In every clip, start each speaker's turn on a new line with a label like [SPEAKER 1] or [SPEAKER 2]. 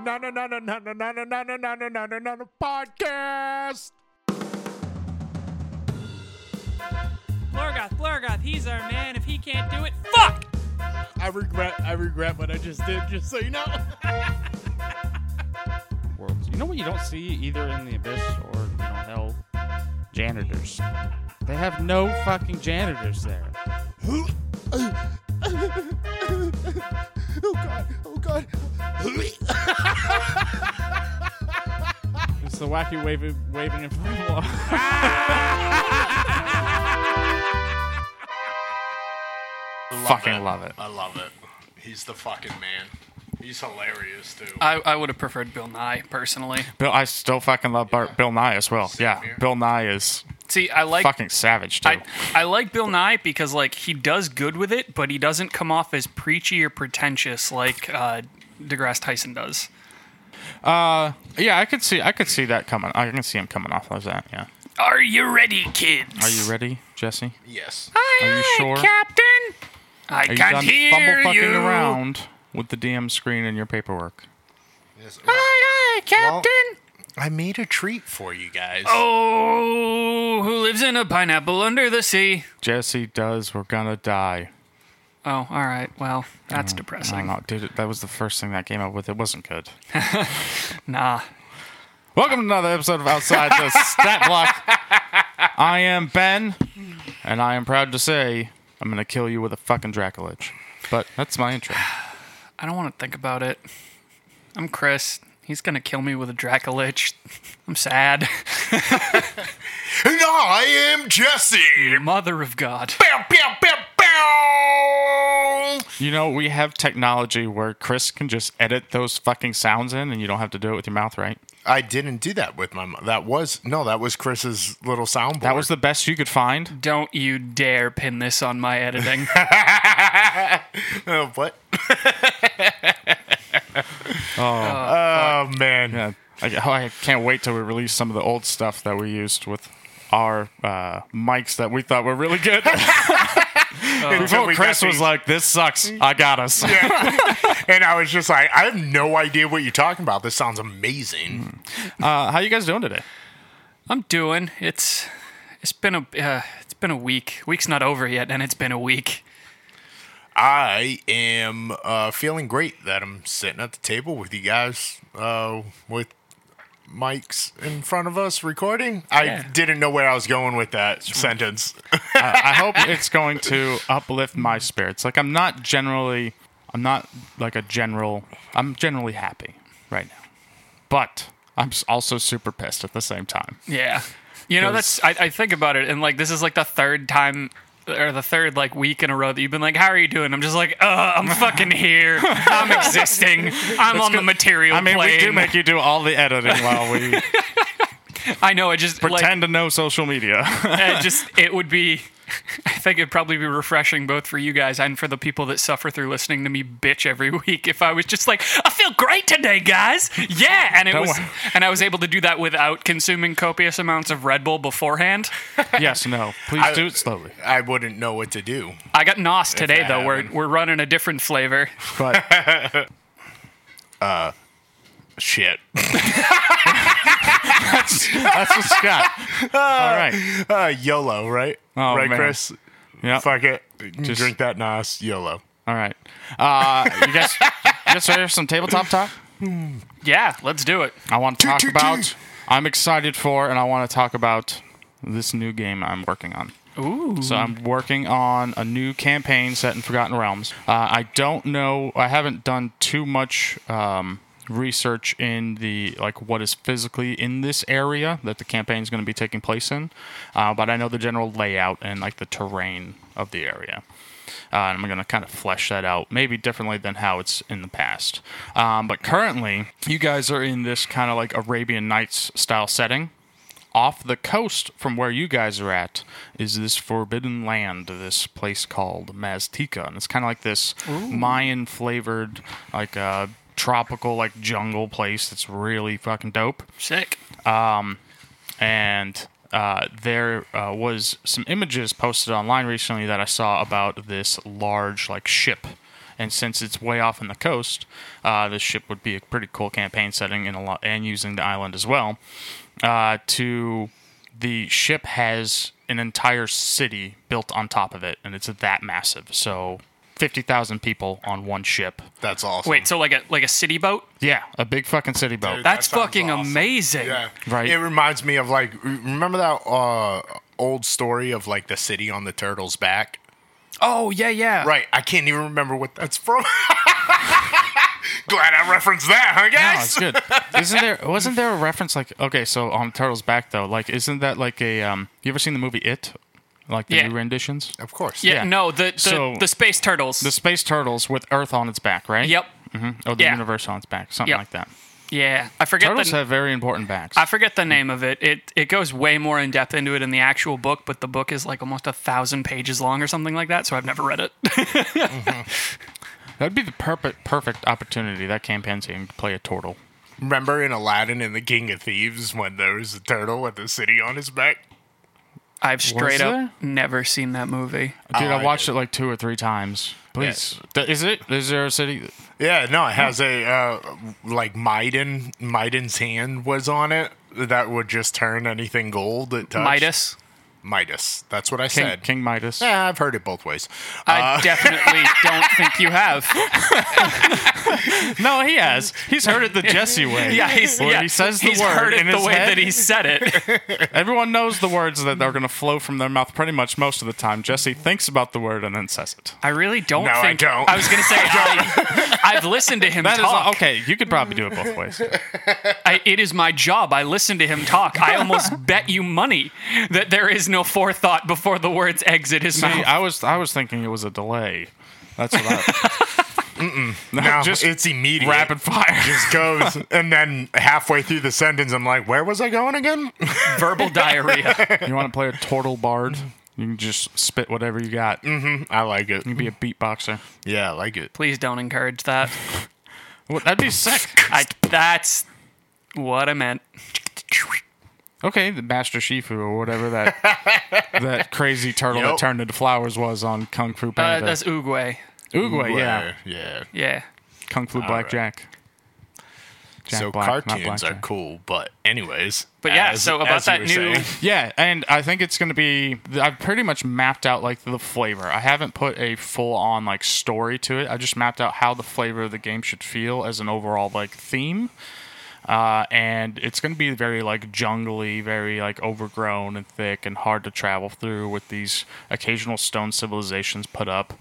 [SPEAKER 1] no no no no no no no no no no no no no podcast.
[SPEAKER 2] Lorgoth, Lorgoth, he's our man. If he can't do it, fuck!
[SPEAKER 1] I regret I regret what I just did. Just so you know.
[SPEAKER 3] worlds. You know what you don't see either in the abyss or you know hell? Janitors. They have no fucking janitors there.
[SPEAKER 1] oh god! Oh god!
[SPEAKER 3] It's the wacky waving waving inflatable. arm.
[SPEAKER 4] Love
[SPEAKER 3] Fucking love it.
[SPEAKER 4] I love it. He's the fucking man. He's hilarious too.
[SPEAKER 5] I, I would have preferred Bill Nye personally.
[SPEAKER 3] Bill, I still fucking love Bar- Bill Nye as well.
[SPEAKER 4] Same
[SPEAKER 3] yeah,
[SPEAKER 4] here.
[SPEAKER 3] Bill Nye is
[SPEAKER 5] See, I like
[SPEAKER 3] fucking savage too.
[SPEAKER 5] I, I like Bill Nye because like he does good with it, but he doesn't come off as preachy or pretentious like uh, DeGrasse Tyson does.
[SPEAKER 3] yeah, I could see I could see that coming. I can see him coming off like that. Yeah.
[SPEAKER 5] Are you ready, kids?
[SPEAKER 3] Are you ready, Jesse?
[SPEAKER 4] yes.
[SPEAKER 3] Are you sure?
[SPEAKER 5] Captain? I
[SPEAKER 3] Are you
[SPEAKER 5] can't
[SPEAKER 3] done
[SPEAKER 5] hear
[SPEAKER 3] fumble fucking
[SPEAKER 5] you.
[SPEAKER 3] around with the DM screen and your paperwork?
[SPEAKER 4] yes. Well,
[SPEAKER 5] Aye, aye, Captain.
[SPEAKER 4] I made a treat for you guys.
[SPEAKER 5] oh, who lives in a pineapple under the sea?
[SPEAKER 3] Jesse does. We're gonna die.
[SPEAKER 5] Oh, all right. Well, that's
[SPEAKER 3] I don't
[SPEAKER 5] depressing.
[SPEAKER 3] know, dude. That was the first thing that came up with. It wasn't good.
[SPEAKER 5] Nah.
[SPEAKER 3] Welcome to another episode of Outside the Stat Block. I am Ben, and I am proud to say I'm gonna kill you with a fucking Dracolich. But that's my intro.
[SPEAKER 5] I don't want to think about it. I'm Chris. He's gonna kill me with a Dracolich. I'm sad.
[SPEAKER 4] And I am Jesse.
[SPEAKER 5] Mother of God.
[SPEAKER 4] Bow, bow, bow, bow.
[SPEAKER 3] You know, we have technology where Chris can just edit those fucking sounds in, and you don't have to do it with your mouth, right?
[SPEAKER 4] I didn't do that with my. mo- That was no. That was Chris's little soundboard.
[SPEAKER 3] That was the best you could find.
[SPEAKER 5] Don't you dare pin this on my editing.
[SPEAKER 4] oh, what?
[SPEAKER 3] Oh,
[SPEAKER 4] Oh man.
[SPEAKER 3] yeah. I, oh, I can't wait till we release some of the old stuff that we used with our uh, mics that we thought were really good.
[SPEAKER 4] Oh. Until
[SPEAKER 3] Before
[SPEAKER 4] we got
[SPEAKER 3] Chris was
[SPEAKER 4] these-
[SPEAKER 3] like, "This sucks. I got us."
[SPEAKER 4] and I was just like, I have no idea what you're talking about. This sounds amazing.
[SPEAKER 3] Uh, how you guys doing today?
[SPEAKER 5] I'm doing. It's it's been a uh, it's been a week. Week's not over yet, and it's been a week.
[SPEAKER 4] I am uh, feeling great that I'm sitting at the table with you guys uh, with mics in front of us recording.
[SPEAKER 5] Yeah.
[SPEAKER 4] I didn't know where I was going with that sentence.
[SPEAKER 3] I hope it's going to uplift my spirits. Like I'm not generally, I'm not like a general. I'm generally happy right now, but I'm s- also super pissed at the same time.
[SPEAKER 5] Yeah. You know, that's I, I think about it, and like this is like the third time or the third like week in a row that you've been like, "How are you doing?" I'm just like, "Uh, I'm fucking here. I'm existing. I'm on the material
[SPEAKER 3] I mean, we
[SPEAKER 5] plane."
[SPEAKER 3] do make you do all the editing while we
[SPEAKER 5] I know. It just like,
[SPEAKER 3] pretend to know social media.
[SPEAKER 5] it just it would be I think it'd probably be refreshing both for you guys and for the people that suffer through listening to me bitch every week if I was just like, I feel great today, guys. Yeah. And it
[SPEAKER 3] Don't
[SPEAKER 5] was
[SPEAKER 3] worry.
[SPEAKER 5] and I was able to do that without consuming copious amounts of Red Bull beforehand.
[SPEAKER 3] yes, no. Please do it slowly.
[SPEAKER 4] I wouldn't know what to do.
[SPEAKER 5] I got NOS today
[SPEAKER 4] that
[SPEAKER 5] though. We're
[SPEAKER 4] happened.
[SPEAKER 5] we're running a different flavor.
[SPEAKER 3] But
[SPEAKER 4] Uh, Shit.
[SPEAKER 3] that's what Scott. All right.
[SPEAKER 4] Uh, YOLO, right?
[SPEAKER 3] Oh,
[SPEAKER 4] right,
[SPEAKER 3] man.
[SPEAKER 4] Chris?
[SPEAKER 3] Yeah.
[SPEAKER 4] Fuck it.
[SPEAKER 3] Just-
[SPEAKER 4] Drink that NOS. YOLO.
[SPEAKER 3] All right. Uh, you guys, you guys ready for some tabletop talk?
[SPEAKER 5] Yeah, let's do it.
[SPEAKER 3] I want to talk
[SPEAKER 4] toot,
[SPEAKER 3] about.
[SPEAKER 4] toot.
[SPEAKER 3] I'm excited for, and I want to talk about this new game I'm working on. Ooh! So I'm working on a new campaign set in Forgotten Realms. Uh, I don't know. I haven't done too much um, research in the like what is physically in this area that the campaign is going to be taking place in, uh, but I know the general layout and like the terrain of the area uh, and I'm going to kind of flesh that out, maybe differently than how it's in the past. Um, but currently, you guys are in this kind of like Arabian Nights style setting. Off the coast from where you guys are at is this forbidden land, this place called Mazteca, and it's kind of like this Mayan flavored, like uh, tropical, like jungle place that's really fucking dope
[SPEAKER 5] Sick.
[SPEAKER 3] and uh, there uh, was some images posted online recently that I saw about this large like ship And since it's way off on the coast, uh, this ship would be a pretty cool campaign setting and a lot, and using the island as well. Uh, to the ship has an entire city built on top of it, and it's that massive. So fifty thousand people on one ship.
[SPEAKER 4] That's awesome.
[SPEAKER 5] Wait, so like a like a city boat?
[SPEAKER 3] Yeah, a big fucking city boat.
[SPEAKER 4] Dude, that
[SPEAKER 5] That's
[SPEAKER 4] sounds
[SPEAKER 5] fucking
[SPEAKER 4] awesome.
[SPEAKER 5] amazing.
[SPEAKER 4] Yeah.
[SPEAKER 3] Right.
[SPEAKER 4] It reminds me of like re- remember that uh old story of like the city on the turtle's back?
[SPEAKER 5] Oh yeah, yeah.
[SPEAKER 4] Right. I can't even remember what that's from. Glad I referenced that, huh
[SPEAKER 3] No,
[SPEAKER 4] guys?
[SPEAKER 3] it's good. Isn't there? Wasn't there a reference like okay? So on Turtles Back though, like isn't that like a um? You ever seen the movie It? Like the
[SPEAKER 5] Yeah.
[SPEAKER 3] new renditions,
[SPEAKER 4] Of course.
[SPEAKER 5] Yeah,
[SPEAKER 3] Yeah.
[SPEAKER 5] no, the the,
[SPEAKER 3] So-
[SPEAKER 5] the space turtles.
[SPEAKER 3] the space turtles with Earth on its back, right?
[SPEAKER 5] yep.
[SPEAKER 4] Mm-hmm.
[SPEAKER 3] Or the
[SPEAKER 5] Yeah.
[SPEAKER 3] universe on its back, something
[SPEAKER 5] Yep.
[SPEAKER 3] like that.
[SPEAKER 5] Yeah. I forget
[SPEAKER 3] Turtles
[SPEAKER 5] the
[SPEAKER 3] have very important backs.
[SPEAKER 5] I forget the name of it. It it goes way more in depth into it in the actual book, but the book is like almost a thousand pages long or something like that. So I've never read it.
[SPEAKER 3] That'd be the perfect perfect opportunity that campaign team to play a turtle.
[SPEAKER 4] Remember in Aladdin and the King of Thieves when there was a turtle with a city on his back?
[SPEAKER 5] I've straight up
[SPEAKER 3] there?
[SPEAKER 5] never seen that movie.
[SPEAKER 3] Dude,
[SPEAKER 4] Oh,
[SPEAKER 3] I
[SPEAKER 4] I
[SPEAKER 3] watched
[SPEAKER 4] did.
[SPEAKER 3] it like two or three times. Please, Th- is it? Is there a city?
[SPEAKER 4] Yeah, no, it has a uh, like Maiden. Maiden's hand was on it that would just turn anything gold it touched.
[SPEAKER 5] Midas.
[SPEAKER 4] Midas. That's what I
[SPEAKER 3] King,
[SPEAKER 4] said.
[SPEAKER 3] King Midas.
[SPEAKER 4] Yeah, I've heard it both ways.
[SPEAKER 3] Uh.
[SPEAKER 5] I definitely don't think you have.
[SPEAKER 3] No, he has. He's heard it the Jesse way.
[SPEAKER 5] Yeah, he's
[SPEAKER 3] Where
[SPEAKER 5] yeah,
[SPEAKER 3] he says the
[SPEAKER 5] he's
[SPEAKER 3] word
[SPEAKER 5] heard it
[SPEAKER 3] in
[SPEAKER 5] the
[SPEAKER 3] his
[SPEAKER 5] way
[SPEAKER 3] head.
[SPEAKER 5] that he said it.
[SPEAKER 3] Everyone knows the words that are going to flow from their mouth pretty much most of the time. Jesse thinks about the word and then says it.
[SPEAKER 5] I really don't
[SPEAKER 4] No, I
[SPEAKER 5] think
[SPEAKER 4] don't.
[SPEAKER 5] was gonna say I, I've listened to him
[SPEAKER 3] That is
[SPEAKER 5] talk.
[SPEAKER 3] okay. You could probably do it both ways.
[SPEAKER 5] I, it is my job. I listen to him talk. I almost bet you money that there is no forethought before the words exit his
[SPEAKER 3] See,
[SPEAKER 5] mouth.
[SPEAKER 3] I was I was thinking it was a delay. That's what I. Mm-mm.
[SPEAKER 4] Now,
[SPEAKER 3] just
[SPEAKER 4] it's immediate.
[SPEAKER 3] rapid fire.
[SPEAKER 4] just goes, and then halfway through the sentence, I'm like, "Where was I going again?"
[SPEAKER 5] Verbal diarrhea.
[SPEAKER 3] You want to play a turtle bard? You can just spit whatever you got. You
[SPEAKER 4] I like it.
[SPEAKER 3] can be a beatboxer.
[SPEAKER 4] Yeah, I like it.
[SPEAKER 5] Please don't encourage that.
[SPEAKER 3] Well, that'd be sick.
[SPEAKER 5] I, that's what I meant.
[SPEAKER 3] Okay, the Master Shifu or whatever that that crazy turtle that
[SPEAKER 4] Yep.
[SPEAKER 3] turned into flowers was on Kung Fu
[SPEAKER 5] Uh,
[SPEAKER 3] Panda.
[SPEAKER 5] that's Uguay.
[SPEAKER 3] Oogway, yeah.
[SPEAKER 4] yeah.
[SPEAKER 5] Yeah.
[SPEAKER 3] Kung Fu Blackjack. Jack
[SPEAKER 4] so
[SPEAKER 3] Black, not
[SPEAKER 4] cartoons are
[SPEAKER 3] Blackjack.
[SPEAKER 4] cool, but anyways.
[SPEAKER 5] But yeah, so about
[SPEAKER 4] you
[SPEAKER 5] that
[SPEAKER 4] were
[SPEAKER 5] new-
[SPEAKER 4] saying,
[SPEAKER 3] Yeah, and I think it's going to be. I've pretty much mapped out like the flavor. I haven't put a full on like story to it. I just mapped out how the flavor of the game should feel as an overall like theme. Uh, and it's going to be very like jungly, very like overgrown and thick and hard to travel through with these occasional stone civilizations put up.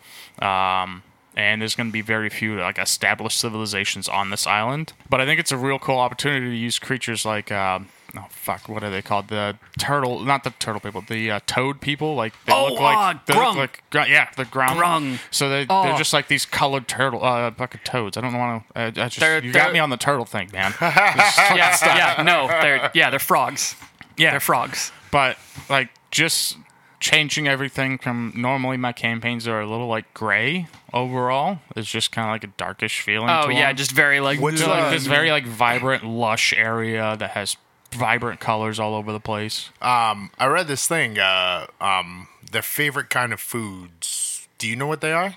[SPEAKER 3] Um, and there's going to be very few like established civilizations on this island. But I think it's a real cool opportunity to use creatures like. um Oh fuck! What are they called? The turtle, not the turtle people. The uh, toad people, like they
[SPEAKER 5] Oh,
[SPEAKER 3] look like
[SPEAKER 5] uh,
[SPEAKER 3] they look
[SPEAKER 5] grung.
[SPEAKER 3] like gr- yeah, the ground.
[SPEAKER 5] Grung.
[SPEAKER 3] So they they're
[SPEAKER 5] Oh.
[SPEAKER 3] just like these colored turtle, uh, fucking toads. I don't want to. I, I just
[SPEAKER 5] They're-
[SPEAKER 3] you got
[SPEAKER 5] they're-
[SPEAKER 3] me on the turtle thing, man.
[SPEAKER 5] Yeah, yeah, no, they're yeah, they're frogs.
[SPEAKER 3] Yeah,
[SPEAKER 5] They're frogs.
[SPEAKER 3] but like just changing everything from normally my campaigns are a little like gray overall. It's just kind of like a darkish feeling.
[SPEAKER 5] Oh
[SPEAKER 3] to
[SPEAKER 5] yeah,
[SPEAKER 3] them.
[SPEAKER 5] just very like
[SPEAKER 4] What's
[SPEAKER 3] to
[SPEAKER 4] uh,
[SPEAKER 3] like this very like vibrant, lush area that has vibrant colors all over the place.
[SPEAKER 4] um, I read this thing. Uh, um, their favorite kind of foods. Do you know what they are?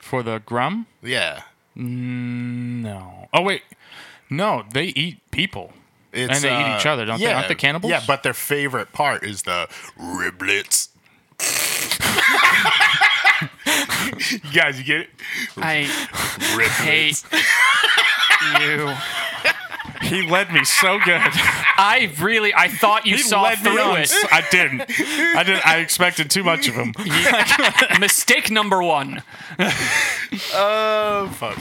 [SPEAKER 3] For the grum,
[SPEAKER 4] Yeah,
[SPEAKER 3] no. Oh wait, no, they eat people.
[SPEAKER 4] it's,
[SPEAKER 3] And they eat
[SPEAKER 4] uh,
[SPEAKER 3] each other, don't they?
[SPEAKER 4] yeah,
[SPEAKER 3] Aren't they cannibals?
[SPEAKER 4] Yeah, but their favorite part is the riblets. you guys, you get it?
[SPEAKER 5] I
[SPEAKER 4] Riblets.
[SPEAKER 5] hate you.
[SPEAKER 3] He led me so good.
[SPEAKER 5] I really I thought you
[SPEAKER 3] He
[SPEAKER 5] saw
[SPEAKER 3] led me
[SPEAKER 5] through
[SPEAKER 3] on.
[SPEAKER 5] it.
[SPEAKER 3] s- I didn't. I didn't. I expected too much of him.
[SPEAKER 5] Mistake number one.
[SPEAKER 4] Oh fuck.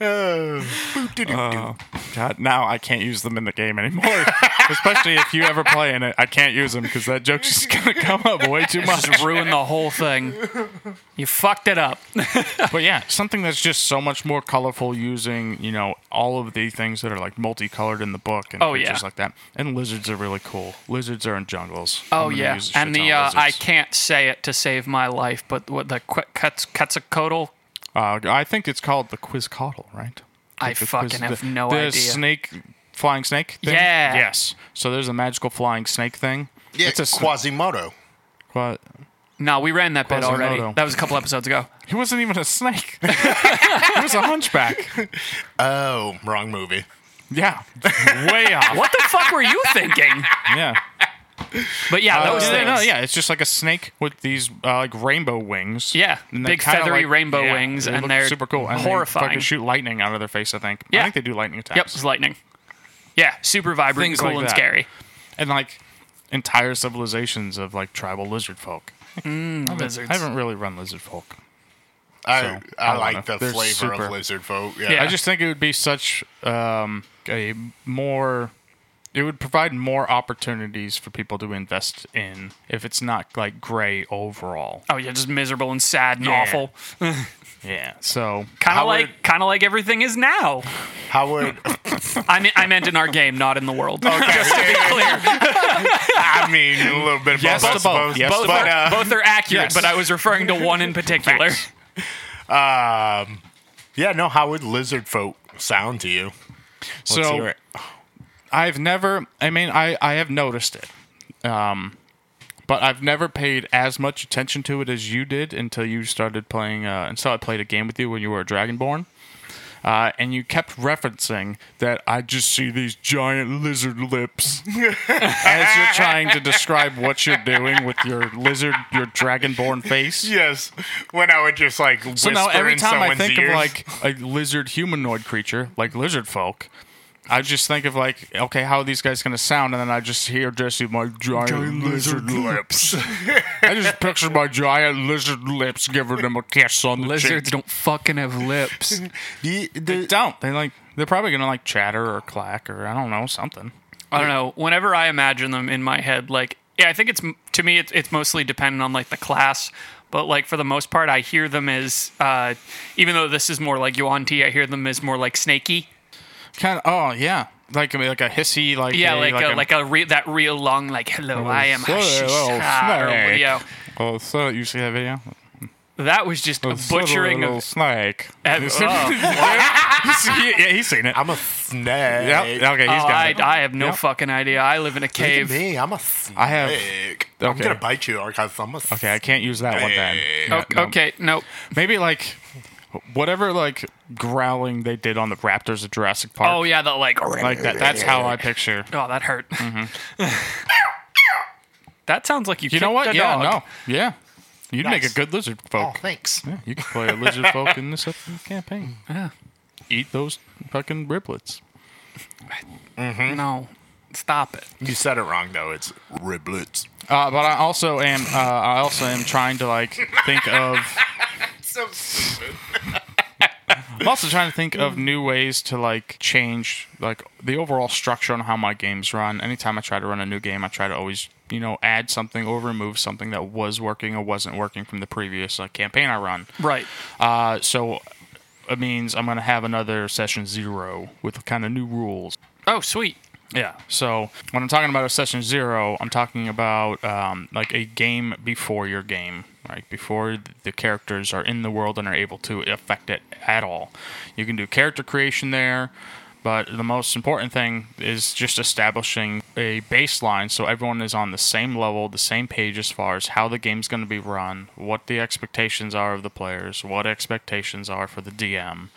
[SPEAKER 4] Oh.
[SPEAKER 3] God, now I can't use them in the game anymore. Especially if you ever play in it, I can't use them because that joke's just gonna come up way too much.
[SPEAKER 5] Just ruined the whole thing. You fucked it up.
[SPEAKER 3] But yeah, something that's just so much more colorful using you know all of the things that are like multicolored in the book and
[SPEAKER 5] Oh, yeah.
[SPEAKER 3] creatures like that. And lizards are really cool. Lizards are in jungles.
[SPEAKER 5] Oh
[SPEAKER 3] I'm gonna
[SPEAKER 5] yeah,
[SPEAKER 3] use a shit
[SPEAKER 5] and the
[SPEAKER 3] ton
[SPEAKER 5] uh,
[SPEAKER 3] of
[SPEAKER 5] I
[SPEAKER 3] lizards.
[SPEAKER 5] can't say it to save my life, but what the qu- cuts Quetzalcoatl?
[SPEAKER 3] Uh, I think it's called the Quizcoddle, right?
[SPEAKER 5] I
[SPEAKER 3] The
[SPEAKER 5] fucking have
[SPEAKER 3] the-
[SPEAKER 5] no
[SPEAKER 3] the
[SPEAKER 5] idea.
[SPEAKER 3] snake, flying snake. Thing?
[SPEAKER 5] Yeah.
[SPEAKER 3] Yes. So there's a magical flying snake thing.
[SPEAKER 4] Yeah,
[SPEAKER 3] It's a sn-
[SPEAKER 4] Quasimodo.
[SPEAKER 3] Qua-
[SPEAKER 5] No, we ran that bit
[SPEAKER 3] Quasimodo.
[SPEAKER 5] already. That was a couple episodes ago.
[SPEAKER 3] He wasn't even a snake. he was a hunchback.
[SPEAKER 4] Oh, wrong movie.
[SPEAKER 3] Yeah, way off.
[SPEAKER 5] What the fuck were you thinking?
[SPEAKER 3] Yeah.
[SPEAKER 5] But yeah, those
[SPEAKER 3] Uh, Yeah,
[SPEAKER 5] things.
[SPEAKER 3] no, yeah, it's just like a snake with these uh, like rainbow wings.
[SPEAKER 5] Yeah,
[SPEAKER 3] And they
[SPEAKER 5] big
[SPEAKER 3] kinda,
[SPEAKER 5] feathery
[SPEAKER 3] like-
[SPEAKER 5] rainbow
[SPEAKER 3] yeah,
[SPEAKER 5] wings,
[SPEAKER 3] they
[SPEAKER 5] and
[SPEAKER 3] look
[SPEAKER 5] they're
[SPEAKER 3] super cool. And
[SPEAKER 5] horrifying.
[SPEAKER 3] They fucking shoot lightning out of their face. I think. I
[SPEAKER 5] Yeah.
[SPEAKER 3] think they do lightning attacks.
[SPEAKER 5] Yep, it was lightning. Yeah, super vibrant,
[SPEAKER 3] Things
[SPEAKER 5] cool,
[SPEAKER 3] like
[SPEAKER 5] and
[SPEAKER 3] that.
[SPEAKER 5] scary.
[SPEAKER 3] and like entire civilizations of like tribal lizard folk.
[SPEAKER 5] Lizards.
[SPEAKER 3] I haven't really run lizard folk.
[SPEAKER 4] I
[SPEAKER 3] So, I
[SPEAKER 4] I
[SPEAKER 3] don't
[SPEAKER 4] like
[SPEAKER 3] know.
[SPEAKER 4] the
[SPEAKER 3] They're
[SPEAKER 4] flavor
[SPEAKER 3] super-
[SPEAKER 4] of lizard folk. Yeah.
[SPEAKER 5] Yeah.
[SPEAKER 3] I just think it would be such um, a more. It would provide more opportunities for people to invest in if it's not like gray overall.
[SPEAKER 5] Oh yeah, just miserable and sad and
[SPEAKER 3] Yeah.
[SPEAKER 5] awful.
[SPEAKER 3] Yeah. So
[SPEAKER 5] Kind of
[SPEAKER 4] Howard-
[SPEAKER 5] like kind of like everything is now.
[SPEAKER 4] How would
[SPEAKER 5] I mean, I meant in our game, not in the world.
[SPEAKER 3] Oh,
[SPEAKER 5] just to be clear,
[SPEAKER 4] I mean a little bit of
[SPEAKER 3] Yes
[SPEAKER 4] both,
[SPEAKER 3] to
[SPEAKER 4] I
[SPEAKER 3] both.
[SPEAKER 4] suppose.
[SPEAKER 3] Yes
[SPEAKER 5] both,
[SPEAKER 4] but,
[SPEAKER 5] are,
[SPEAKER 4] uh,
[SPEAKER 5] both are accurate,
[SPEAKER 3] yes.
[SPEAKER 5] but I was referring to one in particular.
[SPEAKER 4] Um, yeah, no. How would lizard folk sound to you?
[SPEAKER 3] so I've never. I mean, I I have noticed it, um, but I've never paid as much attention to it as you did until you started playing. Uh, until I played a game with you when you were a Dragonborn. Uh, and you kept referencing that I just see these giant lizard lips as you're trying to describe what you're doing with your lizard, your dragonborn face.
[SPEAKER 4] yes, when I would just like whisper
[SPEAKER 3] So now every
[SPEAKER 4] in
[SPEAKER 3] time I
[SPEAKER 4] someone's
[SPEAKER 3] think
[SPEAKER 4] ears.
[SPEAKER 3] of like a lizard humanoid creature, like lizard folk, I just think of like, okay, how are these guys gonna sound? And then I just hear Jesse my giant, lizard lips. I just picture my giant lizard lips giving them a kiss on the
[SPEAKER 5] Lizards
[SPEAKER 3] cheek.
[SPEAKER 5] don't fucking have lips.
[SPEAKER 4] The- the-
[SPEAKER 3] Don't they like? They're probably gonna like chatter or clack or I don't know something.
[SPEAKER 5] I don't know. Whenever I imagine them in my head, like yeah, I think it's to me it's, it's mostly dependent on like the class, but like for the most part, I hear them as uh, even though this is more like Yuan Ti, I hear them as more like snaky.
[SPEAKER 3] Kind of. Oh yeah, like I mean, like a hissy like
[SPEAKER 5] Yeah,
[SPEAKER 3] a-
[SPEAKER 5] like a,
[SPEAKER 3] a-
[SPEAKER 5] like a re- that real long like hello, I am
[SPEAKER 3] Hello,
[SPEAKER 5] Hashisha," or
[SPEAKER 3] snake.
[SPEAKER 5] video.
[SPEAKER 3] Oh, so you see that video?
[SPEAKER 5] That was just a butchering
[SPEAKER 3] little
[SPEAKER 5] of.
[SPEAKER 3] snake.
[SPEAKER 5] and- oh,
[SPEAKER 3] He's- he- yeah, he's seen it.
[SPEAKER 4] I'm a snake.
[SPEAKER 3] Yep. Okay, he's
[SPEAKER 5] oh,
[SPEAKER 3] got
[SPEAKER 5] I,
[SPEAKER 3] it.
[SPEAKER 5] I have no
[SPEAKER 3] Yep.
[SPEAKER 5] fucking idea. I live in a
[SPEAKER 4] Look at
[SPEAKER 5] cave.
[SPEAKER 4] me, I'm a snake.
[SPEAKER 3] I have-
[SPEAKER 4] I'm
[SPEAKER 3] okay.
[SPEAKER 4] gonna bite you, Arcus. I'm a snake.
[SPEAKER 3] Okay, I can't use that one then. Yeah,
[SPEAKER 5] okay,
[SPEAKER 3] no.
[SPEAKER 5] Oh, okay, no.
[SPEAKER 3] Maybe like whatever like growling they did on the Raptors at Jurassic Park.
[SPEAKER 5] Oh yeah, the like.
[SPEAKER 3] Like that. That's how I picture.
[SPEAKER 5] Oh, that hurt. that sounds like you.
[SPEAKER 3] You know
[SPEAKER 5] kicked
[SPEAKER 3] what?
[SPEAKER 5] A
[SPEAKER 3] Yeah,
[SPEAKER 5] dog.
[SPEAKER 3] no. Yeah. You'd make
[SPEAKER 4] Nice.
[SPEAKER 3] a good lizard
[SPEAKER 4] Oh,
[SPEAKER 3] folk.
[SPEAKER 4] thanks.
[SPEAKER 3] yeah, you could play a lizard folk in this upcoming campaign. Yeah. Eat those fucking riblets.
[SPEAKER 5] No, stop it.
[SPEAKER 4] You said it wrong though. It's riblets.
[SPEAKER 3] Uh, but I also am uh, I also am trying to like think of
[SPEAKER 4] So
[SPEAKER 3] I'm also trying to think of new ways to like change like the overall structure on how my games run. Anytime I try to run a new game, I try to always you know add something or remove something that was working or wasn't working from the previous like campaign I run.
[SPEAKER 5] Right.
[SPEAKER 3] Uh, so it means I'm gonna have another session zero with kind of new rules.
[SPEAKER 5] Oh, sweet.
[SPEAKER 3] Yeah. So when I'm talking about a session zero, I'm talking about um, like a game before your game, right? Before the characters are in the world and are able to affect it at all. You can do character creation there, but the most important thing is just establishing a baseline so everyone is on the same level, the same page as far as how the game's going to be run, what the expectations are of the players, what expectations are for the DM,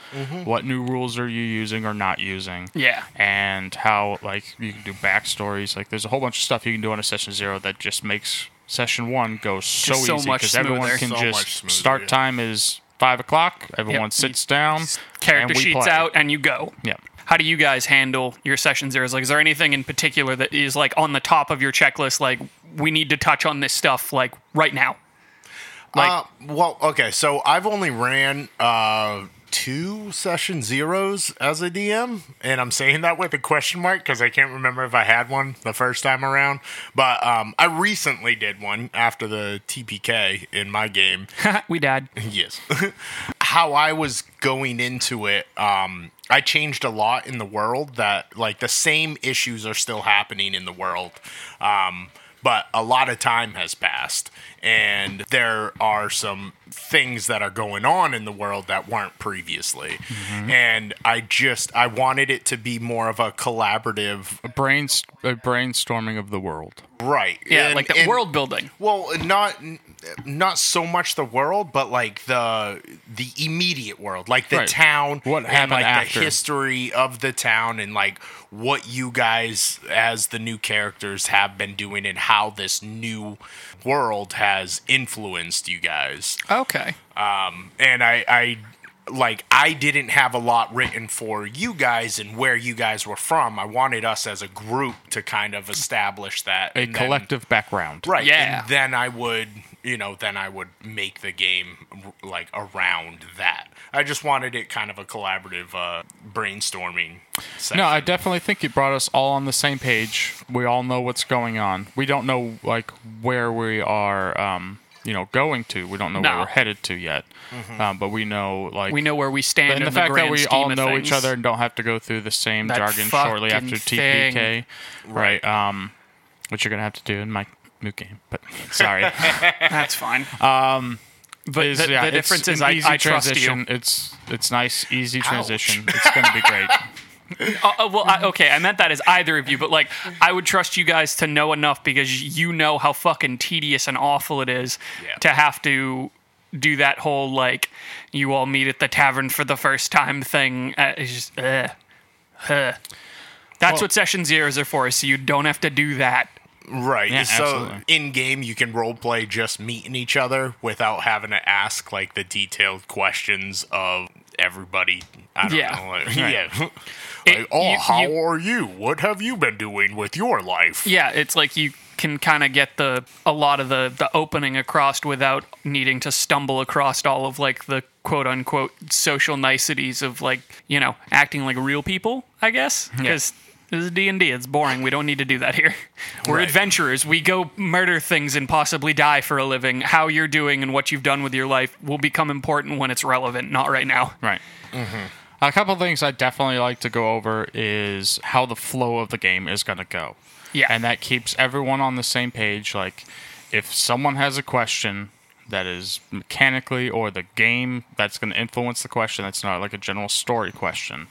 [SPEAKER 3] what new rules are you using or not using
[SPEAKER 5] Yeah.
[SPEAKER 3] and how like you can do backstories. Like there's a whole bunch of stuff you can do on a session zero that just makes session one go so
[SPEAKER 5] Just so
[SPEAKER 3] easy
[SPEAKER 5] much
[SPEAKER 3] because everyone
[SPEAKER 5] smoother.
[SPEAKER 3] can
[SPEAKER 4] So much
[SPEAKER 3] just
[SPEAKER 4] smoother,
[SPEAKER 3] start
[SPEAKER 4] yeah.
[SPEAKER 3] time is five o'clock. Everyone
[SPEAKER 5] Yep.
[SPEAKER 3] sits down.
[SPEAKER 5] Character
[SPEAKER 3] and we
[SPEAKER 5] sheets
[SPEAKER 3] play.
[SPEAKER 5] out, and you go.
[SPEAKER 3] Yep.
[SPEAKER 5] How do you guys handle your session zeros? Like, is there anything in particular that is like on the top of your checklist? Like, we need to touch on this stuff like right now. Like,
[SPEAKER 4] uh, well, okay. So I've only ran uh, two session zeros as a DM, and I'm saying that with a question mark because I can't remember if I had one the first time around. But um, I recently did one after the TPK in my game,
[SPEAKER 3] Ah,
[SPEAKER 5] we died.
[SPEAKER 4] Yes. How I was going into it, um, I changed a lot in the world that, like, the same issues are still happening in the world. Um, but a lot of time has passed, and there are some things that are going on in the world that weren't previously.
[SPEAKER 5] Mm-hmm.
[SPEAKER 4] And I just I wanted it to be more of a collaborative
[SPEAKER 3] Brains, a brainstorming of the world.
[SPEAKER 4] right.
[SPEAKER 5] Yeah,
[SPEAKER 4] And-
[SPEAKER 5] like the
[SPEAKER 4] and-
[SPEAKER 5] world building.
[SPEAKER 4] Well, not not so much the world, but like the the immediate world, like the
[SPEAKER 3] Right.
[SPEAKER 4] town,
[SPEAKER 3] What
[SPEAKER 4] and,
[SPEAKER 3] happened
[SPEAKER 4] like
[SPEAKER 3] after.
[SPEAKER 4] the history of the town, and like what you guys as the new characters have been doing, and how this new world has influenced you guys.
[SPEAKER 5] Okay.
[SPEAKER 4] Um, and I, I like I didn't have a lot written for you guys and where you guys were from. I wanted us as a group to kind of establish that
[SPEAKER 3] A
[SPEAKER 4] and then-
[SPEAKER 3] collective background.
[SPEAKER 4] right
[SPEAKER 5] Yeah.
[SPEAKER 4] and then i would you know then i would make the game like around that i just wanted it kind of a collaborative uh brainstorming session.
[SPEAKER 3] No, I definitely think you brought us all on the same page. We all know what's going on. We don't know like where we are, um, you know, going to. We don't know where
[SPEAKER 5] No. Mm-hmm.
[SPEAKER 3] we're headed to yet. Um, but we know like
[SPEAKER 5] We know where we stand
[SPEAKER 3] and
[SPEAKER 5] in
[SPEAKER 3] the fact that
[SPEAKER 5] grand
[SPEAKER 3] we
[SPEAKER 5] scheme
[SPEAKER 3] all
[SPEAKER 5] of
[SPEAKER 3] know
[SPEAKER 5] things.
[SPEAKER 3] each other and don't have to go through the same
[SPEAKER 5] That
[SPEAKER 3] jargon shortly
[SPEAKER 5] fucking
[SPEAKER 3] after
[SPEAKER 5] thing.
[SPEAKER 3] TPK, right? Um, which you're gonna have to do in my new game, but sorry.
[SPEAKER 5] That's fine.
[SPEAKER 3] But
[SPEAKER 5] the- the difference is I- I trust you.
[SPEAKER 3] transition. It's it's nice, easy transition. It's gonna be great.
[SPEAKER 5] Uh, uh, well, I, okay, I meant that as either of you, but like, I would trust you guys to know enough because you know how fucking tedious and awful it is
[SPEAKER 4] Yeah.
[SPEAKER 5] to have to do that whole like, you all meet at the tavern for the first time thing. Uh, it's just, uh, huh. That's what session zeros are for, so you don't have to do that.
[SPEAKER 4] right
[SPEAKER 3] Yeah,
[SPEAKER 4] so
[SPEAKER 3] absolutely.
[SPEAKER 4] in game you can role play just meeting each other without having to ask like the detailed questions of everybody i don't
[SPEAKER 5] Yeah.
[SPEAKER 4] know like,
[SPEAKER 3] Right.
[SPEAKER 4] yeah
[SPEAKER 5] It-
[SPEAKER 4] like, oh
[SPEAKER 5] you-
[SPEAKER 4] how
[SPEAKER 5] you-
[SPEAKER 4] are you what have you been doing with your life
[SPEAKER 5] Yeah, it's like you can kind of get the a lot of the the opening across without needing to stumble across all of like the quote unquote social niceties of like you know acting like real people. I guess because. This is D and D. It's boring. We don't need to do that here. We're
[SPEAKER 4] Right.
[SPEAKER 5] adventurers. We go murder things and possibly die for a living. How you're doing and what you've done with your life will become important when it's relevant. Not right now.
[SPEAKER 3] Right. Mm-hmm. A couple of things I definitely like to go over is how the flow of the game is going to go.
[SPEAKER 5] Yeah.
[SPEAKER 3] And that keeps everyone on the same page. Like, if someone has a question that is mechanically or the game that's going to influence the question, that's not like a general story question.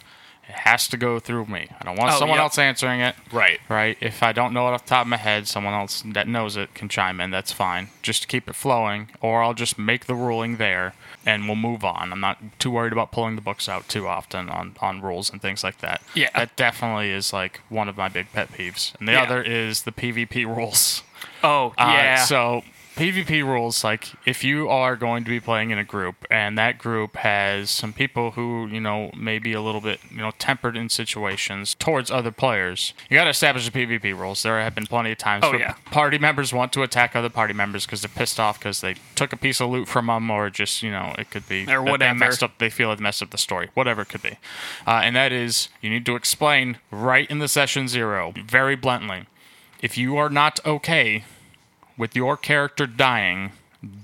[SPEAKER 3] It has to go through me. I don't want
[SPEAKER 5] Oh,
[SPEAKER 3] someone
[SPEAKER 5] yep.
[SPEAKER 3] else answering it.
[SPEAKER 4] Right.
[SPEAKER 3] Right. If I don't know it off the top of my head, someone else that knows it can chime in. That's fine. Just to keep it flowing, or I'll just make the ruling there and we'll move on. I'm not too worried about pulling the books out too often on, on rules and things like that.
[SPEAKER 5] Yeah.
[SPEAKER 3] That definitely is like one of my big pet peeves. And the
[SPEAKER 5] Yeah.
[SPEAKER 3] other is the PvP rules.
[SPEAKER 5] Oh
[SPEAKER 3] Uh,
[SPEAKER 5] yeah.
[SPEAKER 3] So PvP rules like if you are going to be playing in a group and that group has some people who you know may be a little bit you know tempered in situations towards other players, you got to establish the PvP rules. There have been plenty of times
[SPEAKER 5] Oh,
[SPEAKER 3] where
[SPEAKER 5] yeah.
[SPEAKER 3] party members want to attack other party members because they're pissed off because they took a piece of loot from them or just you know it could be
[SPEAKER 5] Or
[SPEAKER 3] that they
[SPEAKER 5] whatever.
[SPEAKER 3] messed up. They feel it messed up the story, whatever it could be, uh, and that is you need to explain right in the session zero very bluntly. If you are not okay with your character dying,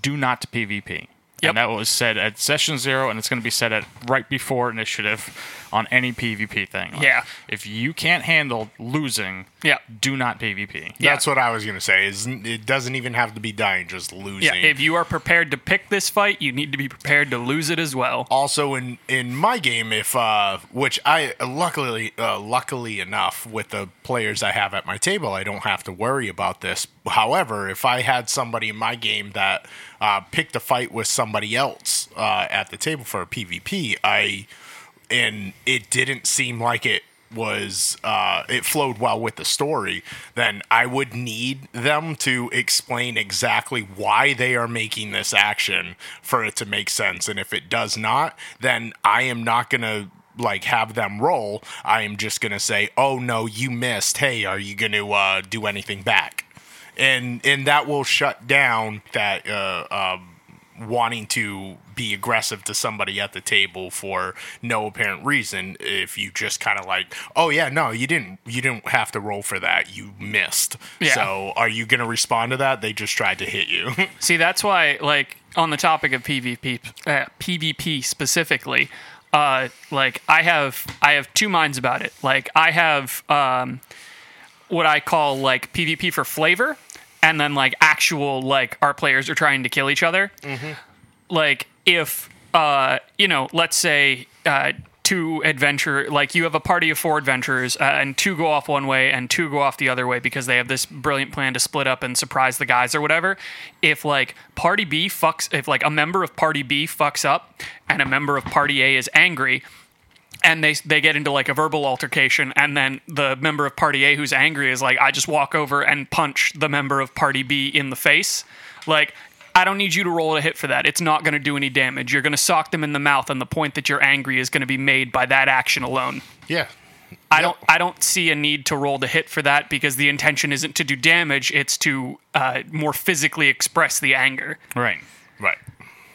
[SPEAKER 3] do not PvP.
[SPEAKER 5] Yep.
[SPEAKER 3] And that was said at session zero, and it's going to be said at right before initiative on any PvP thing. Like,
[SPEAKER 5] Yeah.
[SPEAKER 3] If you can't handle losing,
[SPEAKER 5] Yeah.
[SPEAKER 3] do not PvP.
[SPEAKER 5] Yeah.
[SPEAKER 4] That's what I was gonna say. Is n- it doesn't even have to be dying, just
[SPEAKER 5] yeah.
[SPEAKER 4] losing.
[SPEAKER 5] If you are prepared to pick this fight, you need to be prepared to lose it as well.
[SPEAKER 4] also in in my game, if uh, which I luckily uh, luckily enough with the players I have at my table, I don't have to worry about this. However, if I had somebody in my game that uh, picked a fight with somebody else uh, at the table for a PvP, I and it didn't seem like it was uh, it flowed well with the story, then I would need them to explain exactly why they are making this action for it to make sense. And if it does not, then I am not gonna like have them roll. I am just gonna say, "Oh no, you missed. Hey, are you gonna uh, do anything back?" And and that will shut down that uh, um, wanting to be aggressive to somebody at the table for no apparent reason if you just kind of like oh yeah no you didn't you didn't have to roll for that you missed
[SPEAKER 5] Yeah.
[SPEAKER 4] so are you going to respond to that they just tried to hit you
[SPEAKER 5] See, that's why, like, on the topic of PvP, uh, PvP specifically, uh, like, I have I have two minds about it. Like, I have um, what I call like PvP for flavor, and then like actual like our players are trying to kill each other. like if uh you know let's say uh two adventure like you have a party of four adventurers uh, and two go off one way and two go off the other way because they have this brilliant plan to split up and surprise the guys or whatever if like party b fucks if like a member of party b fucks up and a member of party a is angry and they they get into like a verbal altercation and then the member of party A who's angry is like I just walk over and punch the member of party B in the face like I don't need you to roll a hit for that. It's not going to do any damage. You're going to sock them in the mouth and the point that you're angry is going to be made by that action alone.
[SPEAKER 4] Yeah.
[SPEAKER 5] I don't I don't see a need to roll the hit for that because the intention isn't to do damage, it's to uh, more physically express the anger.
[SPEAKER 3] Right.
[SPEAKER 4] Right.